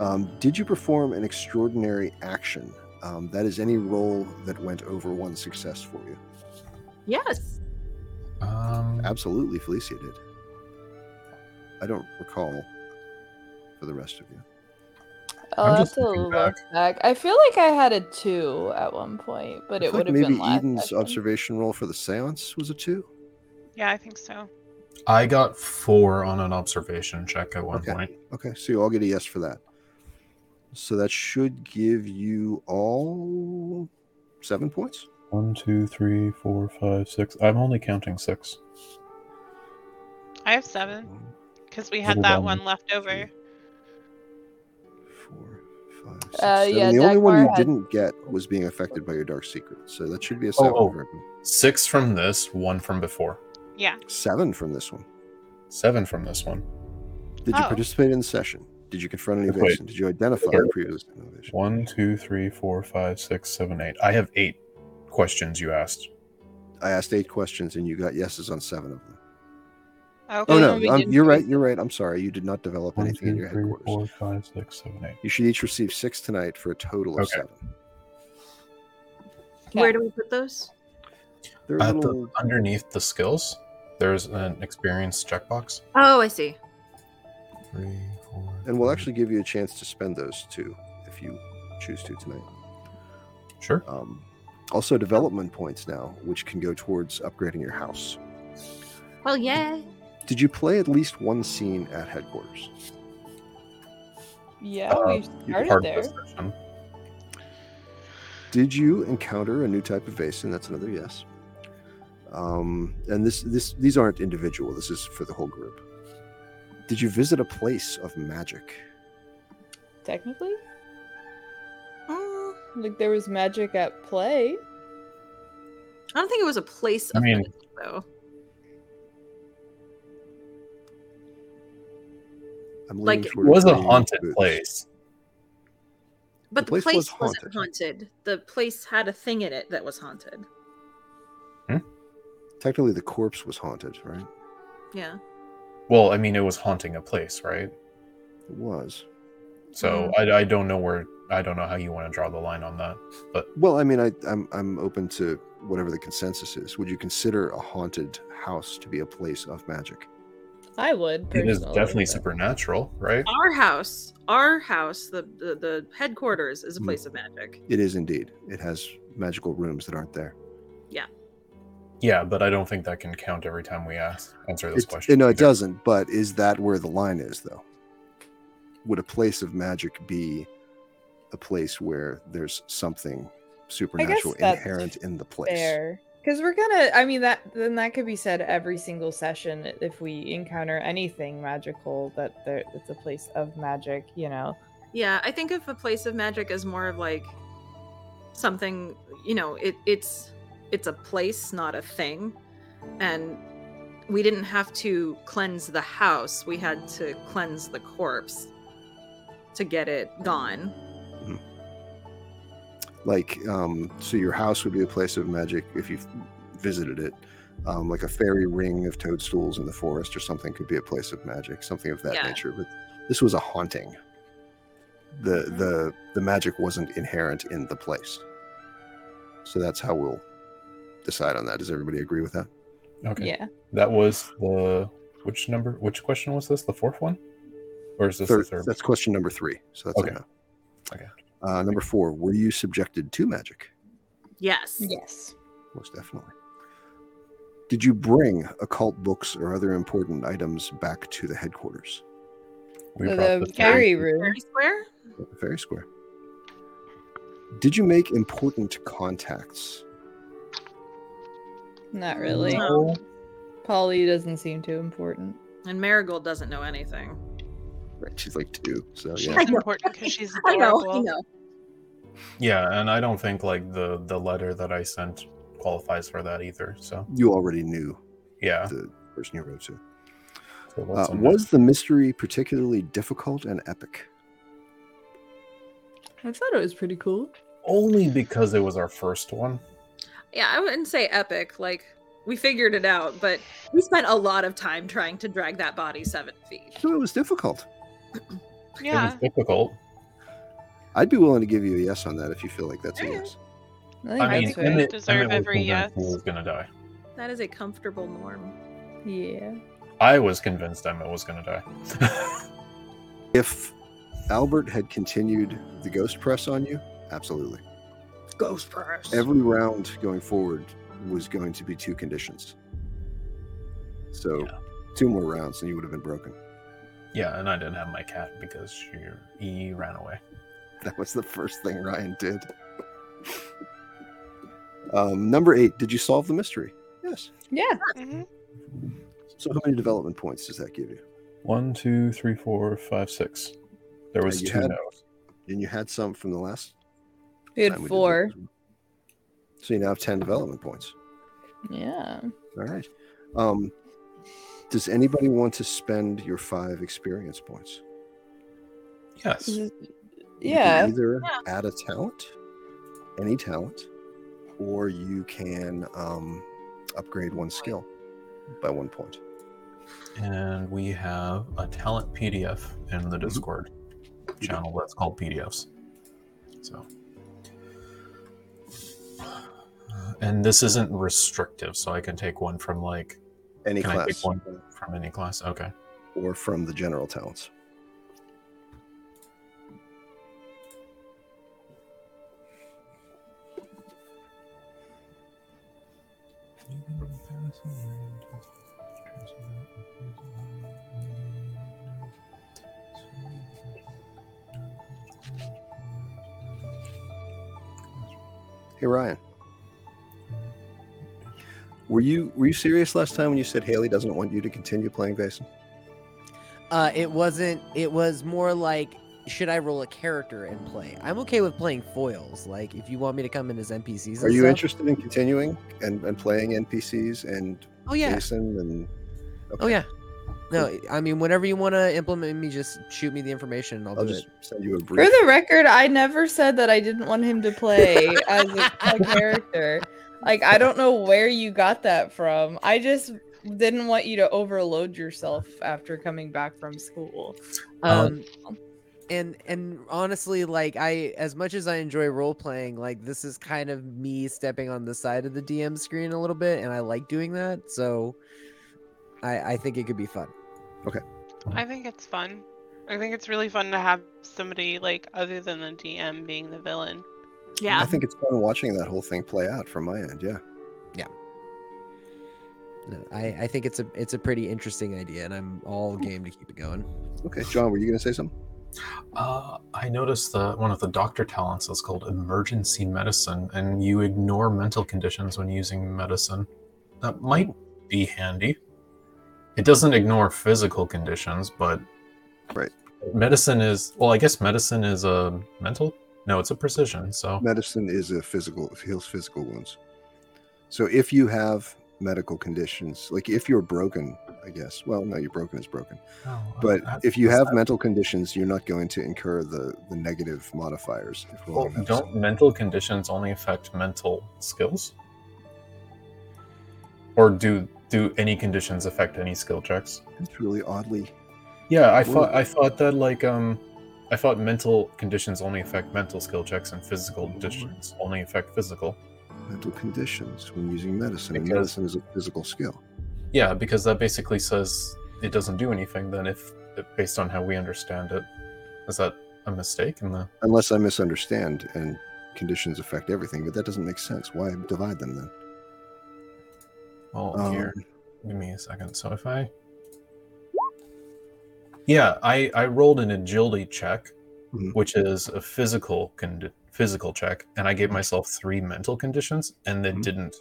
[SPEAKER 2] Um, did you perform an extraordinary action? Um, that is any role that went over one success for you.
[SPEAKER 1] Yes.
[SPEAKER 4] Um,
[SPEAKER 2] Absolutely, Felicia did. I don't recall for the rest of you.
[SPEAKER 5] I'll
[SPEAKER 4] I'm
[SPEAKER 5] have
[SPEAKER 4] just
[SPEAKER 5] to
[SPEAKER 4] looking
[SPEAKER 5] look back. I feel like I had a two at one point, but
[SPEAKER 2] I
[SPEAKER 5] it
[SPEAKER 2] feel
[SPEAKER 5] would
[SPEAKER 2] like
[SPEAKER 5] have
[SPEAKER 2] maybe
[SPEAKER 5] been last
[SPEAKER 2] Eden's
[SPEAKER 5] session.
[SPEAKER 2] observation roll for the seance was a two.
[SPEAKER 7] Yeah, I think so.
[SPEAKER 4] I got four on an observation check at one
[SPEAKER 2] Okay.
[SPEAKER 4] point.
[SPEAKER 2] Okay, so you all get a yes for that. So that should give you all seven points.
[SPEAKER 4] One, two, three, four, five, six. I'm only counting six.
[SPEAKER 7] I have seven
[SPEAKER 2] One,
[SPEAKER 7] because we had
[SPEAKER 4] Hold
[SPEAKER 7] that
[SPEAKER 4] on.
[SPEAKER 7] one left over.
[SPEAKER 2] four, five,
[SPEAKER 5] Uh,
[SPEAKER 2] Six.
[SPEAKER 5] yeah,
[SPEAKER 2] and the only one you
[SPEAKER 5] Dagmar had-
[SPEAKER 2] didn't get was being affected by your dark secret. So that should be a seven.
[SPEAKER 4] oh.
[SPEAKER 2] for everyone.
[SPEAKER 4] Six from this, one from before,
[SPEAKER 7] Yeah.
[SPEAKER 2] Seven from this one.
[SPEAKER 4] seven from this one,
[SPEAKER 2] Did you
[SPEAKER 7] Oh.
[SPEAKER 2] participate in the session? Did you confront an
[SPEAKER 4] Wait.
[SPEAKER 2] innovation? Did you identify
[SPEAKER 4] Sure.
[SPEAKER 2] a previous innovation?
[SPEAKER 4] one, two, three, four, five, six, seven, eight. I have eight questions you asked.
[SPEAKER 2] I asked eight questions and you got yeses on seven of them.
[SPEAKER 7] Okay.
[SPEAKER 2] Oh
[SPEAKER 5] no,
[SPEAKER 2] no,
[SPEAKER 5] we
[SPEAKER 2] um,
[SPEAKER 5] didn't.
[SPEAKER 2] you're right. You're right. I'm sorry. You did not develop
[SPEAKER 4] One,
[SPEAKER 2] anything in
[SPEAKER 4] two,
[SPEAKER 2] your
[SPEAKER 4] three,
[SPEAKER 2] headquarters.
[SPEAKER 4] four, five, six, seven, eight.
[SPEAKER 2] You should each receive six tonight for a total of
[SPEAKER 4] Okay.
[SPEAKER 2] seven.
[SPEAKER 1] Where do we put those?
[SPEAKER 2] They're a
[SPEAKER 4] At the,
[SPEAKER 2] little
[SPEAKER 4] underneath the skills, there's an experience checkbox.
[SPEAKER 1] Oh, I see.
[SPEAKER 4] Three, four,
[SPEAKER 2] and we'll
[SPEAKER 4] five.
[SPEAKER 2] actually give you a chance to spend those too if you choose to tonight
[SPEAKER 4] sure.
[SPEAKER 2] um, also development points now which can go towards upgrading your house
[SPEAKER 1] Well, yeah.
[SPEAKER 2] did you play at least one scene at headquarters
[SPEAKER 5] Yeah,
[SPEAKER 4] Uh,
[SPEAKER 5] we started
[SPEAKER 4] Part
[SPEAKER 5] there.
[SPEAKER 4] of the session.
[SPEAKER 2] did you encounter a new type of basin that's another yes um, and this this these aren't individual this is for the whole group did you visit a place of magic
[SPEAKER 5] Technically,
[SPEAKER 1] Mm,
[SPEAKER 5] like there was magic at play.
[SPEAKER 1] I don't think it was a place
[SPEAKER 4] I
[SPEAKER 1] of
[SPEAKER 4] mean-
[SPEAKER 1] magic, though.
[SPEAKER 2] i'm
[SPEAKER 1] Like,
[SPEAKER 2] leaning
[SPEAKER 1] it
[SPEAKER 4] It
[SPEAKER 2] toward
[SPEAKER 4] was a
[SPEAKER 2] agreeing with
[SPEAKER 4] haunted
[SPEAKER 2] Boots.
[SPEAKER 4] place.
[SPEAKER 1] But the,
[SPEAKER 2] place was
[SPEAKER 1] place, wasn't haunted. The place had a thing in it that was haunted.
[SPEAKER 2] technically the corpse was haunted right
[SPEAKER 1] Yeah.
[SPEAKER 4] Well, I mean, it was haunting a place, right?
[SPEAKER 2] it was
[SPEAKER 4] So
[SPEAKER 5] Mm-hmm.
[SPEAKER 4] I, I don't know where I don't know how you want to draw the line on that.
[SPEAKER 2] Well, I mean, I, I'm I'm open to whatever the consensus is. Would you consider a haunted house to be a place of magic?
[SPEAKER 5] I would.
[SPEAKER 4] It is
[SPEAKER 5] personally,
[SPEAKER 4] definitely
[SPEAKER 5] but-
[SPEAKER 4] supernatural, right?
[SPEAKER 1] Our house, our house, the the, the headquarters is a place of magic.
[SPEAKER 2] It is indeed. It has magical rooms that aren't there.
[SPEAKER 4] Yeah, but I don't think that can count every time we ask answer this
[SPEAKER 2] It-
[SPEAKER 4] question.
[SPEAKER 2] no, it
[SPEAKER 4] either.
[SPEAKER 2] doesn't. But is that where the line is, though? Would a place of magic be a place where there's something supernatural
[SPEAKER 5] that's
[SPEAKER 2] inherent in the place?
[SPEAKER 5] Fair. Because we're gonna, I mean, that then that could be said every single session if we encounter anything magical that there, it's a place of magic, you know.
[SPEAKER 1] Yeah, I think of a place of magic as more of like something, you know, it, it's it's a place, not a thing. And we didn't have to cleanse the house. We had to cleanse the corpse to get it gone.
[SPEAKER 2] Like, um, so your house would be a place of magic if you visited it. Um, like a fairy ring of toadstools in the forest or something could be a place of magic, something of that
[SPEAKER 1] Yeah.
[SPEAKER 2] nature. But this was a haunting. The
[SPEAKER 1] Mhm.
[SPEAKER 2] the the magic wasn't inherent in the place. So that's how we'll decide on that. Does everybody agree with that?
[SPEAKER 4] Okay.
[SPEAKER 5] Yeah.
[SPEAKER 4] That was the which number which question was this? The fourth one? Or is this
[SPEAKER 2] Third,
[SPEAKER 4] the third?
[SPEAKER 2] that's question number three. So that's a
[SPEAKER 4] Okay.
[SPEAKER 2] no.
[SPEAKER 4] Okay.
[SPEAKER 2] Uh, number four, were you subjected to magic?
[SPEAKER 1] Yes.
[SPEAKER 5] Yes.
[SPEAKER 2] Most definitely. Did you bring occult books or other important items back to the headquarters?
[SPEAKER 4] We brought
[SPEAKER 5] the
[SPEAKER 4] the fairy
[SPEAKER 5] fairy room.
[SPEAKER 1] Fairy square?
[SPEAKER 2] at the Ferry Square. Did you make important contacts?
[SPEAKER 5] Not really.
[SPEAKER 1] No.
[SPEAKER 5] Polly doesn't seem too important.
[SPEAKER 1] And Marigold doesn't know anything.
[SPEAKER 2] Right, she's like two, so
[SPEAKER 7] She's
[SPEAKER 2] [laughs] yeah.
[SPEAKER 1] I know.
[SPEAKER 7] important because she's
[SPEAKER 1] [laughs] I
[SPEAKER 7] adorable.
[SPEAKER 1] know, I know.
[SPEAKER 4] Yeah, and I don't think like the the letter that I sent qualifies for that either. So
[SPEAKER 2] You already knew
[SPEAKER 4] yeah.
[SPEAKER 2] the person you wrote to.
[SPEAKER 4] So
[SPEAKER 2] Uh,
[SPEAKER 4] that's a no.
[SPEAKER 2] was the mystery particularly difficult and epic?
[SPEAKER 5] I thought it was pretty cool.
[SPEAKER 4] only because it was our first one.
[SPEAKER 1] Yeah, I wouldn't say epic. Like, we figured it out, but we spent a lot of time trying to drag that body seven feet.
[SPEAKER 2] No, it was difficult.
[SPEAKER 4] It
[SPEAKER 7] Yeah.
[SPEAKER 4] was difficult.
[SPEAKER 2] I'd be willing to give you a yes on that if you feel like that's a yes.
[SPEAKER 5] I think
[SPEAKER 4] I mean,
[SPEAKER 5] that's fair.
[SPEAKER 4] Emmett,
[SPEAKER 7] Deserve
[SPEAKER 4] Emmett was
[SPEAKER 7] every
[SPEAKER 4] convinced he
[SPEAKER 7] yes.
[SPEAKER 4] was gonna die.
[SPEAKER 1] That is a comfortable norm.
[SPEAKER 5] yeah.
[SPEAKER 4] I was convinced Emmett was gonna die. [laughs]
[SPEAKER 2] If Albert had continued the ghost press on you, absolutely.
[SPEAKER 1] Ghost press.
[SPEAKER 2] Every round going forward was going to be two conditions. So
[SPEAKER 4] Yeah.
[SPEAKER 2] two more rounds and you would have been broken. [laughs]
[SPEAKER 4] yeah, and I didn't have my cat because she he ran away.
[SPEAKER 2] That was the first thing Ryan did. Um, number eight, did you solve the mystery? Yes.
[SPEAKER 5] Yeah.
[SPEAKER 7] Mhm.
[SPEAKER 2] So how many development points does that give you?
[SPEAKER 4] One, two, three, four, five, six. There was
[SPEAKER 2] Uh, you
[SPEAKER 4] two
[SPEAKER 2] had-
[SPEAKER 4] no's.
[SPEAKER 2] And you had some from the last.
[SPEAKER 9] We had
[SPEAKER 2] time we did
[SPEAKER 9] four.
[SPEAKER 2] this. So you now have ten development points.
[SPEAKER 9] Yeah.
[SPEAKER 2] All right. Um, does anybody want to spend your five experience points?
[SPEAKER 4] Yes.
[SPEAKER 2] You can
[SPEAKER 9] Yeah.
[SPEAKER 2] either
[SPEAKER 1] Yeah.
[SPEAKER 2] add a talent, any talent, or you can um, upgrade one skill by one point.
[SPEAKER 4] And we have a talent PDF in
[SPEAKER 2] Mhm.
[SPEAKER 4] the Discord channel that's called PDFs. So, and this isn't restrictive, so I can take one from like
[SPEAKER 2] Any
[SPEAKER 4] can I
[SPEAKER 2] class
[SPEAKER 4] take one from any class? Okay.
[SPEAKER 2] or from the general talents. Hey Ryan. Were you were you serious last time when you said Haley doesn't want you to continue playing Basin?
[SPEAKER 10] Uh, it wasn't. It was more like, should I roll a character and play? I'm okay with playing foils. Like, if you want me to come in as NPCs, and
[SPEAKER 2] Are you
[SPEAKER 10] stuff-
[SPEAKER 2] interested in continuing and, and playing NPCs and
[SPEAKER 10] Oh yeah.
[SPEAKER 2] Jason and
[SPEAKER 10] Oh yeah. No, I mean, whenever you want to implement me, just shoot me the information and I'll,
[SPEAKER 2] I'll
[SPEAKER 10] do
[SPEAKER 2] just
[SPEAKER 10] it.
[SPEAKER 2] send you a
[SPEAKER 9] For
[SPEAKER 2] brief.
[SPEAKER 9] the record, I never said that I didn't want him to play as a, a character. Like, I don't know where you got that from. I just didn't want you to overload yourself after coming back from school.
[SPEAKER 10] Um, and and honestly, like I, as much as I enjoy role playing, like this is kind of me stepping on the side of the DM screen a little bit, and I like doing that. So, I I think it could be fun.
[SPEAKER 3] I think it's fun. I think it's really fun to have somebody like other than the DM being the villain.
[SPEAKER 2] I
[SPEAKER 1] Yeah.
[SPEAKER 2] think it's fun watching that whole thing play out from my end. Yeah.
[SPEAKER 10] No, I I think it's a it's a pretty interesting idea, and I'm all game to keep it going.
[SPEAKER 2] Okay, John, were you going to say something?
[SPEAKER 4] Uh, I noticed that one of the doctor talents is called emergency medicine, and you ignore mental conditions when using medicine. That might be handy. It doesn't ignore physical conditions, but
[SPEAKER 2] Right.
[SPEAKER 4] medicine is well. I guess medicine is a mental. No, it's a precision. So
[SPEAKER 2] Medicine is a physical it heals physical wounds. So if you have medical conditions, like if you're broken, I guess. Well, no, you're broken is broken.
[SPEAKER 4] Oh,
[SPEAKER 2] But
[SPEAKER 4] I-
[SPEAKER 2] if you have
[SPEAKER 4] I-
[SPEAKER 2] mental conditions, you're not going to incur the the negative modifiers. If
[SPEAKER 4] well,
[SPEAKER 2] rolling medicine.
[SPEAKER 4] don't mental conditions only affect mental skills, or do do any conditions affect any skill checks?
[SPEAKER 2] It's really oddly.
[SPEAKER 4] Yeah, I
[SPEAKER 2] Whoa.
[SPEAKER 4] thought I thought that like um, I thought mental conditions only affect mental skill checks and physical conditions only affect physical.
[SPEAKER 2] Mental conditions when using medicine. And
[SPEAKER 4] Because-
[SPEAKER 2] medicine is a physical skill.
[SPEAKER 4] Yeah, because that basically says it doesn't do anything. Then if based on how we understand it, is that a mistake in the?
[SPEAKER 2] Unless I misunderstand and conditions affect everything, but that doesn't make sense. Why divide them then?
[SPEAKER 4] Well,
[SPEAKER 2] Um,
[SPEAKER 4] here, give me a second. So if I, yeah, I I rolled an agility check,
[SPEAKER 2] Mhm.
[SPEAKER 4] which is a physical con- physical check, and I gave myself three mental conditions, and they
[SPEAKER 2] Mhm.
[SPEAKER 4] didn't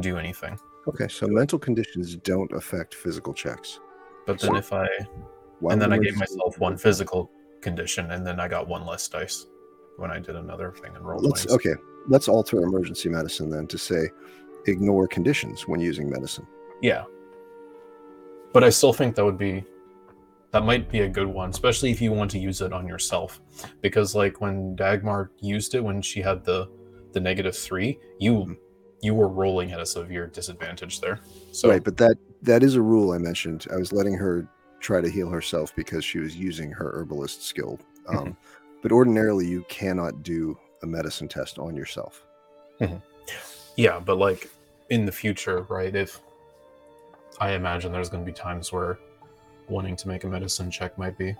[SPEAKER 4] do anything.
[SPEAKER 2] Okay, so mental conditions don't affect physical checks.
[SPEAKER 4] But then
[SPEAKER 2] So-
[SPEAKER 4] if I
[SPEAKER 2] Why
[SPEAKER 4] and then I
[SPEAKER 2] would
[SPEAKER 4] gave
[SPEAKER 2] emergency-
[SPEAKER 4] myself one physical condition, and then I got one less dice when I did another thing and rolled
[SPEAKER 2] Let's
[SPEAKER 4] dice.
[SPEAKER 2] okay. Let's alter emergency medicine then to say ignore conditions when using medicine.
[SPEAKER 4] Yeah, but I still think that would be that might be a good one, especially if you want to use it on yourself, because like when Dagmar used it when she had the the negative three, you
[SPEAKER 2] Mhm.
[SPEAKER 4] you were rolling at a severe disadvantage there. So
[SPEAKER 2] right, but that that is a rule I mentioned. I was letting her try to heal herself because she was using her herbalist skill.
[SPEAKER 4] Mm-hmm.
[SPEAKER 2] Um, But ordinarily, you cannot do a medicine test on yourself.
[SPEAKER 4] Yeah, but like in the future, right? If I imagine there's going to be times where wanting to make a medicine check might be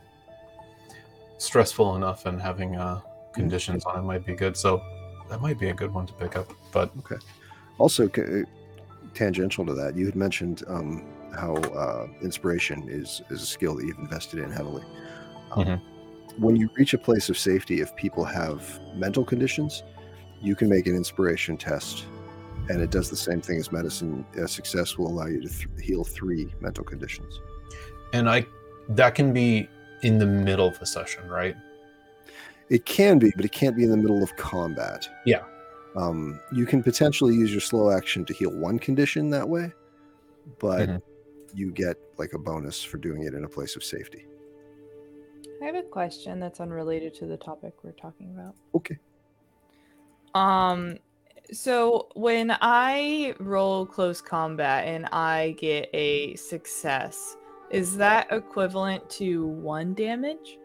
[SPEAKER 4] stressful enough, and having uh, conditions on it might be good. So that might be a good one to pick up. But
[SPEAKER 2] Also, c- tangential to that, you had mentioned um, how uh, inspiration is is a skill that you've invested in heavily. Um,
[SPEAKER 4] Mhm.
[SPEAKER 2] When you reach a place of safety, if people have mental conditions, you can make an inspiration test, and it does the same thing as medicine. A success will allow you to th- heal three mental conditions.
[SPEAKER 4] and I that can be in the middle of a session, right?
[SPEAKER 2] It can be, but it can't be in the middle of combat.
[SPEAKER 4] Yeah.
[SPEAKER 2] Um, you can potentially use your slow action to heal one condition that way, but
[SPEAKER 4] Mhm.
[SPEAKER 2] you get like a bonus for doing it in a place of safety.
[SPEAKER 5] I have a question that's unrelated to the topic we're talking about.
[SPEAKER 2] Okay.
[SPEAKER 5] Um so when I roll close combat and I get a success, is that equivalent to 1 damage?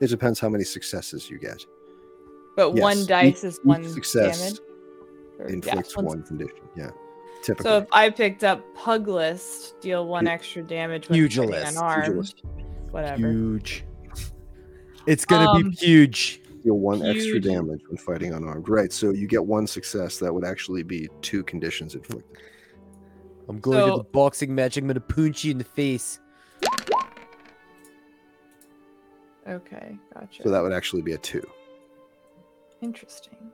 [SPEAKER 2] It depends how many successes you get.
[SPEAKER 5] But
[SPEAKER 2] Yes,
[SPEAKER 5] 1
[SPEAKER 2] each-
[SPEAKER 5] dice is
[SPEAKER 2] each
[SPEAKER 5] 1
[SPEAKER 2] success
[SPEAKER 5] damage. Or- yeah,
[SPEAKER 2] Inflicts
[SPEAKER 5] one's-
[SPEAKER 2] one condition. Yeah. Typically.
[SPEAKER 5] So if I picked up Puglist, deal 1
[SPEAKER 2] Hu-
[SPEAKER 5] extra damage when hitting
[SPEAKER 6] Pugilist.
[SPEAKER 5] an arm.
[SPEAKER 2] Pugilist.
[SPEAKER 5] Whatever.
[SPEAKER 6] Huge. It's gonna
[SPEAKER 5] Um,
[SPEAKER 6] be huge.
[SPEAKER 2] deal one extra
[SPEAKER 5] Huge.
[SPEAKER 2] damage when fighting unarmed. Right. So you get one success. That would actually be two conditions inflicted.
[SPEAKER 6] I'm going to
[SPEAKER 5] so-
[SPEAKER 6] the boxing match. I'm gonna punch you in the face.
[SPEAKER 5] Okay, gotcha.
[SPEAKER 2] So that would actually be a two.
[SPEAKER 5] Interesting.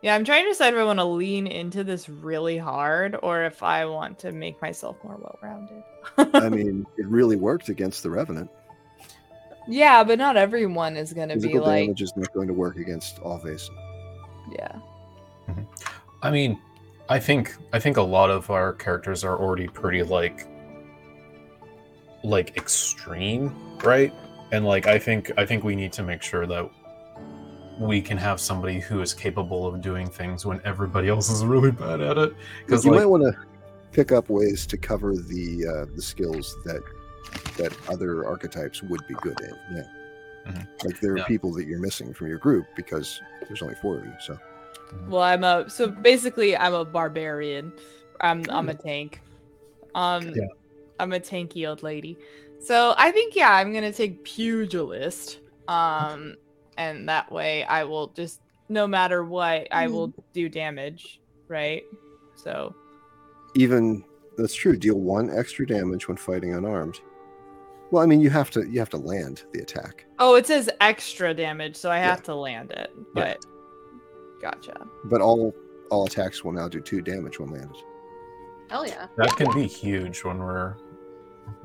[SPEAKER 5] Yeah, I'm trying to decide if I want to lean into this really hard or if I want to make myself more well [laughs]
[SPEAKER 2] I
[SPEAKER 5] rounded.
[SPEAKER 2] mean, it really worked against the Revenant.
[SPEAKER 5] yeah, but not everyone is going to be
[SPEAKER 2] Physical
[SPEAKER 5] like,
[SPEAKER 2] damage is not going to work against all Vason.
[SPEAKER 5] yeah.
[SPEAKER 4] I mean, I think I think a lot of our characters are already pretty like like extreme, right? And like I think I think we need to make sure that we can have somebody who is capable of doing things when everybody else is really bad at it. Because
[SPEAKER 2] you
[SPEAKER 4] like,
[SPEAKER 2] might want to pick up ways to cover the uh, the skills that that other archetypes would be good in. Yeah.
[SPEAKER 4] Mhm.
[SPEAKER 2] Like there are
[SPEAKER 4] Yeah.
[SPEAKER 2] people that you're missing from your group because there's only four of you. So
[SPEAKER 5] Well, I'm a so basically I'm a barbarian. I'm I'm
[SPEAKER 2] Hmm.
[SPEAKER 5] a tank. Um
[SPEAKER 4] Yeah.
[SPEAKER 5] I'm a tanky old lady. So I think yeah, I'm gonna take pugilist. Um and that way I will just no matter what, I will
[SPEAKER 2] Hmm.
[SPEAKER 5] do damage, right? So
[SPEAKER 2] even that's true. Deal one extra damage when fighting unarmed. Well, I mean, you have to you have to land the attack.
[SPEAKER 5] Oh, it says extra damage, so I
[SPEAKER 2] Yeah.
[SPEAKER 5] have to land it. But gotcha.
[SPEAKER 2] But all all attacks will now do two damage when landed.
[SPEAKER 1] Hell yeah.
[SPEAKER 4] that can be huge when we're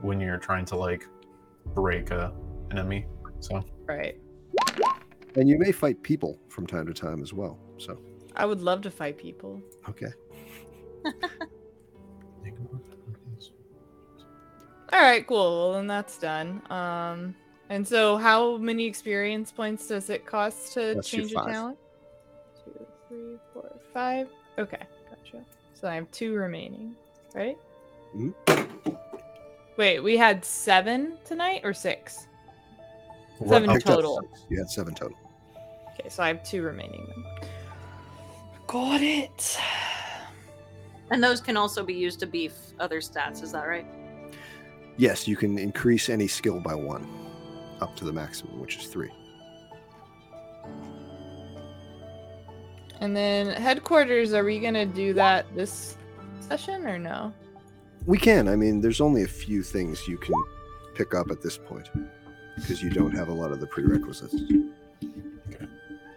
[SPEAKER 4] when you're trying to like break a enemy. So
[SPEAKER 5] Right.
[SPEAKER 2] And you may fight people from time to time as well. So
[SPEAKER 5] I would love to fight people.
[SPEAKER 2] okay.
[SPEAKER 5] All right, cool. Well, then that's done. Um, and so how many experience points does it cost to
[SPEAKER 2] Costs you
[SPEAKER 5] change a
[SPEAKER 2] five.
[SPEAKER 5] talent? Two, three, four, five. Okay, gotcha. So I have two remaining, right?
[SPEAKER 2] Mhm.
[SPEAKER 5] Wait, we had seven tonight or six? Seven
[SPEAKER 2] Picked up
[SPEAKER 5] total.
[SPEAKER 2] six. You had seven total.
[SPEAKER 5] Okay, so I have two remaining. Then. Got it.
[SPEAKER 1] And those can also be used to beef other stats, is that right? [laughs]
[SPEAKER 2] Yes, you can increase any skill by one, up to the maximum, which is three.
[SPEAKER 5] And then headquarters, are we gonna do that this session or no?
[SPEAKER 2] We can. I mean, there's only a few things you can pick up at this point because you don't have a lot of the prerequisites.
[SPEAKER 4] Uh-huh.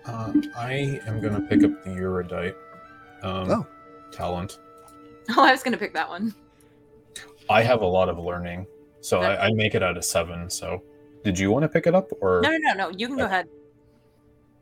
[SPEAKER 4] Uh, I am gonna pick up the Eurodite um,
[SPEAKER 2] Oh.
[SPEAKER 4] talent.
[SPEAKER 1] Oh, I was gonna pick that one.
[SPEAKER 4] I have a lot of learning, so I, I make it out of seven. So, did you want to pick it up or
[SPEAKER 1] No, no, no, no. You can go ahead.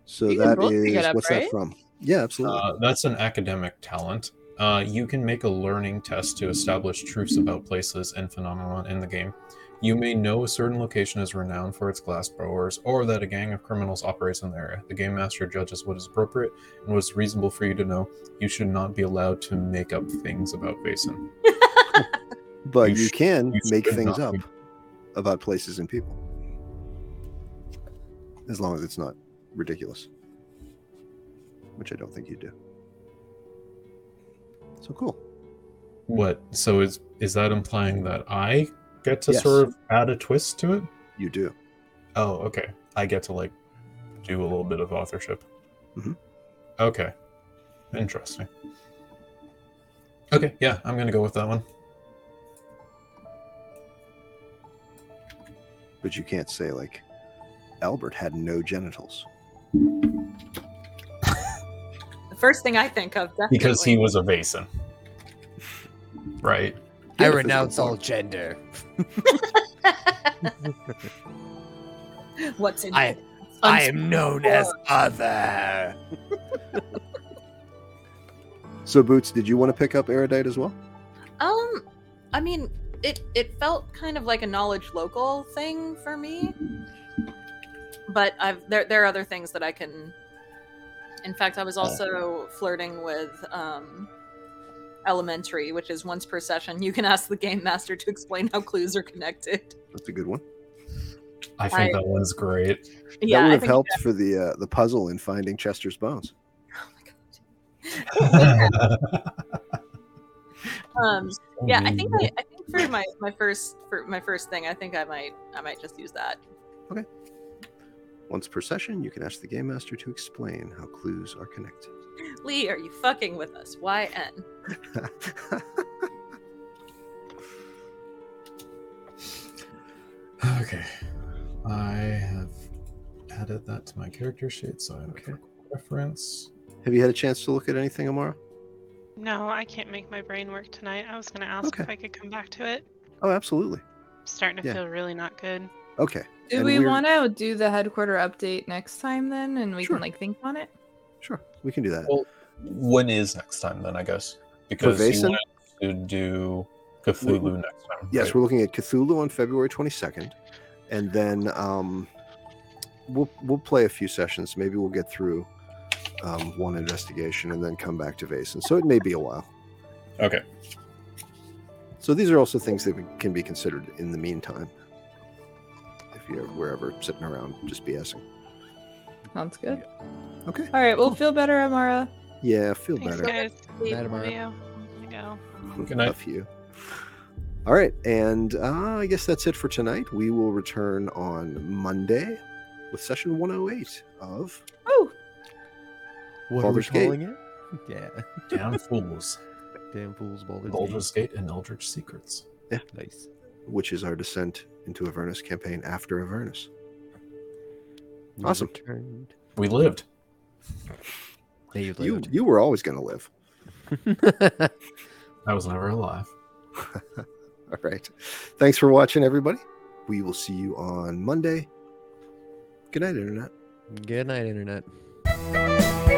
[SPEAKER 2] So
[SPEAKER 5] You can
[SPEAKER 2] that
[SPEAKER 5] both pick it
[SPEAKER 2] is
[SPEAKER 5] up,
[SPEAKER 2] what's
[SPEAKER 5] right?
[SPEAKER 2] that from? Yeah, absolutely.
[SPEAKER 4] uh, that's an academic talent? Uh, you can make a learning test to establish truths about places and phenomena in the game. You may know a certain location is renowned for its glass blowers, or that a gang of criminals operates in the area. The game master judges what is appropriate and what is reasonable for you to know. You should not be allowed to make up things about Basin.
[SPEAKER 2] but
[SPEAKER 4] you
[SPEAKER 2] you,
[SPEAKER 4] sh-
[SPEAKER 2] can
[SPEAKER 4] you
[SPEAKER 2] make
[SPEAKER 4] should
[SPEAKER 2] things
[SPEAKER 4] not
[SPEAKER 2] up
[SPEAKER 4] be-
[SPEAKER 2] about places and people, as long as it's not ridiculous, which I don't think you do. So cool.
[SPEAKER 4] What? So is is that implying that I get to
[SPEAKER 2] Yes.
[SPEAKER 4] sort of add a twist to it?
[SPEAKER 2] You do.
[SPEAKER 4] Oh, okay. I get to like do a little bit of authorship.
[SPEAKER 2] Mhm.
[SPEAKER 4] Okay. Interesting. Okay, yeah, I'm gonna go with that one.
[SPEAKER 2] But you can't say like Albert had no genitals.
[SPEAKER 1] The first thing I think of, definitely.
[SPEAKER 4] Because he was a Vason. Right.
[SPEAKER 2] Yeah,
[SPEAKER 6] I
[SPEAKER 2] if it's
[SPEAKER 6] renounce
[SPEAKER 2] a-
[SPEAKER 6] all gender.
[SPEAKER 1] What's in
[SPEAKER 6] I I am known as Other.
[SPEAKER 2] So, Boots, did you want to pick up Erudite as well?
[SPEAKER 1] Um, I mean, it it felt kind of like a knowledge local thing for me, but I've there there are other things that I can. In fact, I was also flirting with um, elementary, which is once per session. You can ask the game master to explain how clues are connected.
[SPEAKER 2] That's a good one.
[SPEAKER 4] I think that one's great.
[SPEAKER 2] that
[SPEAKER 1] Yeah,
[SPEAKER 2] would
[SPEAKER 1] I
[SPEAKER 2] have
[SPEAKER 1] think
[SPEAKER 2] helped for the uh, the puzzle in finding Chester's bones.
[SPEAKER 1] um, [laughs] yeah, I think I, I think for my my first for my first thing, I think I might I might just use that.
[SPEAKER 2] Once per session, you can ask the game master to explain how clues are connected. [laughs]
[SPEAKER 1] Lee, are you fucking with us? Y N.
[SPEAKER 4] [laughs] Okay. I have added that to my character sheet, so I have
[SPEAKER 2] Okay.
[SPEAKER 4] a reference.
[SPEAKER 2] have you had a chance to look at anything, Amara?
[SPEAKER 7] No, I can't make my brain work tonight. I was gonna ask
[SPEAKER 2] Okay.
[SPEAKER 7] if I could come back to it.
[SPEAKER 2] Oh, absolutely.
[SPEAKER 7] I'm starting to
[SPEAKER 2] Yeah.
[SPEAKER 7] feel really not good.
[SPEAKER 2] Okay.
[SPEAKER 5] Do
[SPEAKER 2] And
[SPEAKER 5] we
[SPEAKER 2] we're-
[SPEAKER 5] want to do the headquarter update next time then, and we
[SPEAKER 2] Sure.
[SPEAKER 5] can like think on it?
[SPEAKER 2] Sure. We can do that.
[SPEAKER 4] Well, When is next time then? I guess because you
[SPEAKER 2] Pervasive?
[SPEAKER 4] wanted to do Cthulhu next time.
[SPEAKER 2] yes,
[SPEAKER 4] right?
[SPEAKER 2] we're looking at Cthulhu on February 22nd, and then um, we'll we'll play a few sessions. Maybe we'll get through um, one investigation and then come back to Vason. So it may be a while.
[SPEAKER 4] Okay.
[SPEAKER 2] So these are also things that we- can be considered in the meantime. If you're wherever sitting around just BSing.
[SPEAKER 5] Sounds good.
[SPEAKER 2] Okay.
[SPEAKER 5] All right. Well, feel better, Amara.
[SPEAKER 2] Yeah, feel
[SPEAKER 7] Thanks,
[SPEAKER 2] better.
[SPEAKER 7] guys.
[SPEAKER 10] Night,
[SPEAKER 7] Love
[SPEAKER 10] Amara.
[SPEAKER 7] you. I go.
[SPEAKER 4] Good night.
[SPEAKER 2] Love you. All right, and uh, I guess that's it for tonight. We will return on Monday with session 108 of
[SPEAKER 5] Oh,
[SPEAKER 6] What
[SPEAKER 2] Baldur's
[SPEAKER 6] are
[SPEAKER 2] Gate.
[SPEAKER 6] we calling it? [laughs] Yeah.
[SPEAKER 2] [laughs]
[SPEAKER 4] Damn fools.
[SPEAKER 6] Damn fools, Baldur's,
[SPEAKER 4] Baldur's Gate and Eldritch Secrets.
[SPEAKER 6] Gate. Nice.
[SPEAKER 2] which is our descent into Avernus campaign after Avernus.
[SPEAKER 6] We
[SPEAKER 2] Awesome.
[SPEAKER 6] Returned.
[SPEAKER 4] We lived.
[SPEAKER 6] There you
[SPEAKER 2] You
[SPEAKER 6] lived.
[SPEAKER 2] you were always going to live.
[SPEAKER 6] [laughs]
[SPEAKER 4] I was never alive.
[SPEAKER 2] [laughs] All right. Thanks for watching, everybody. We will see you on Monday. Good night, Internet.
[SPEAKER 6] Good night, internet.
[SPEAKER 11] Thank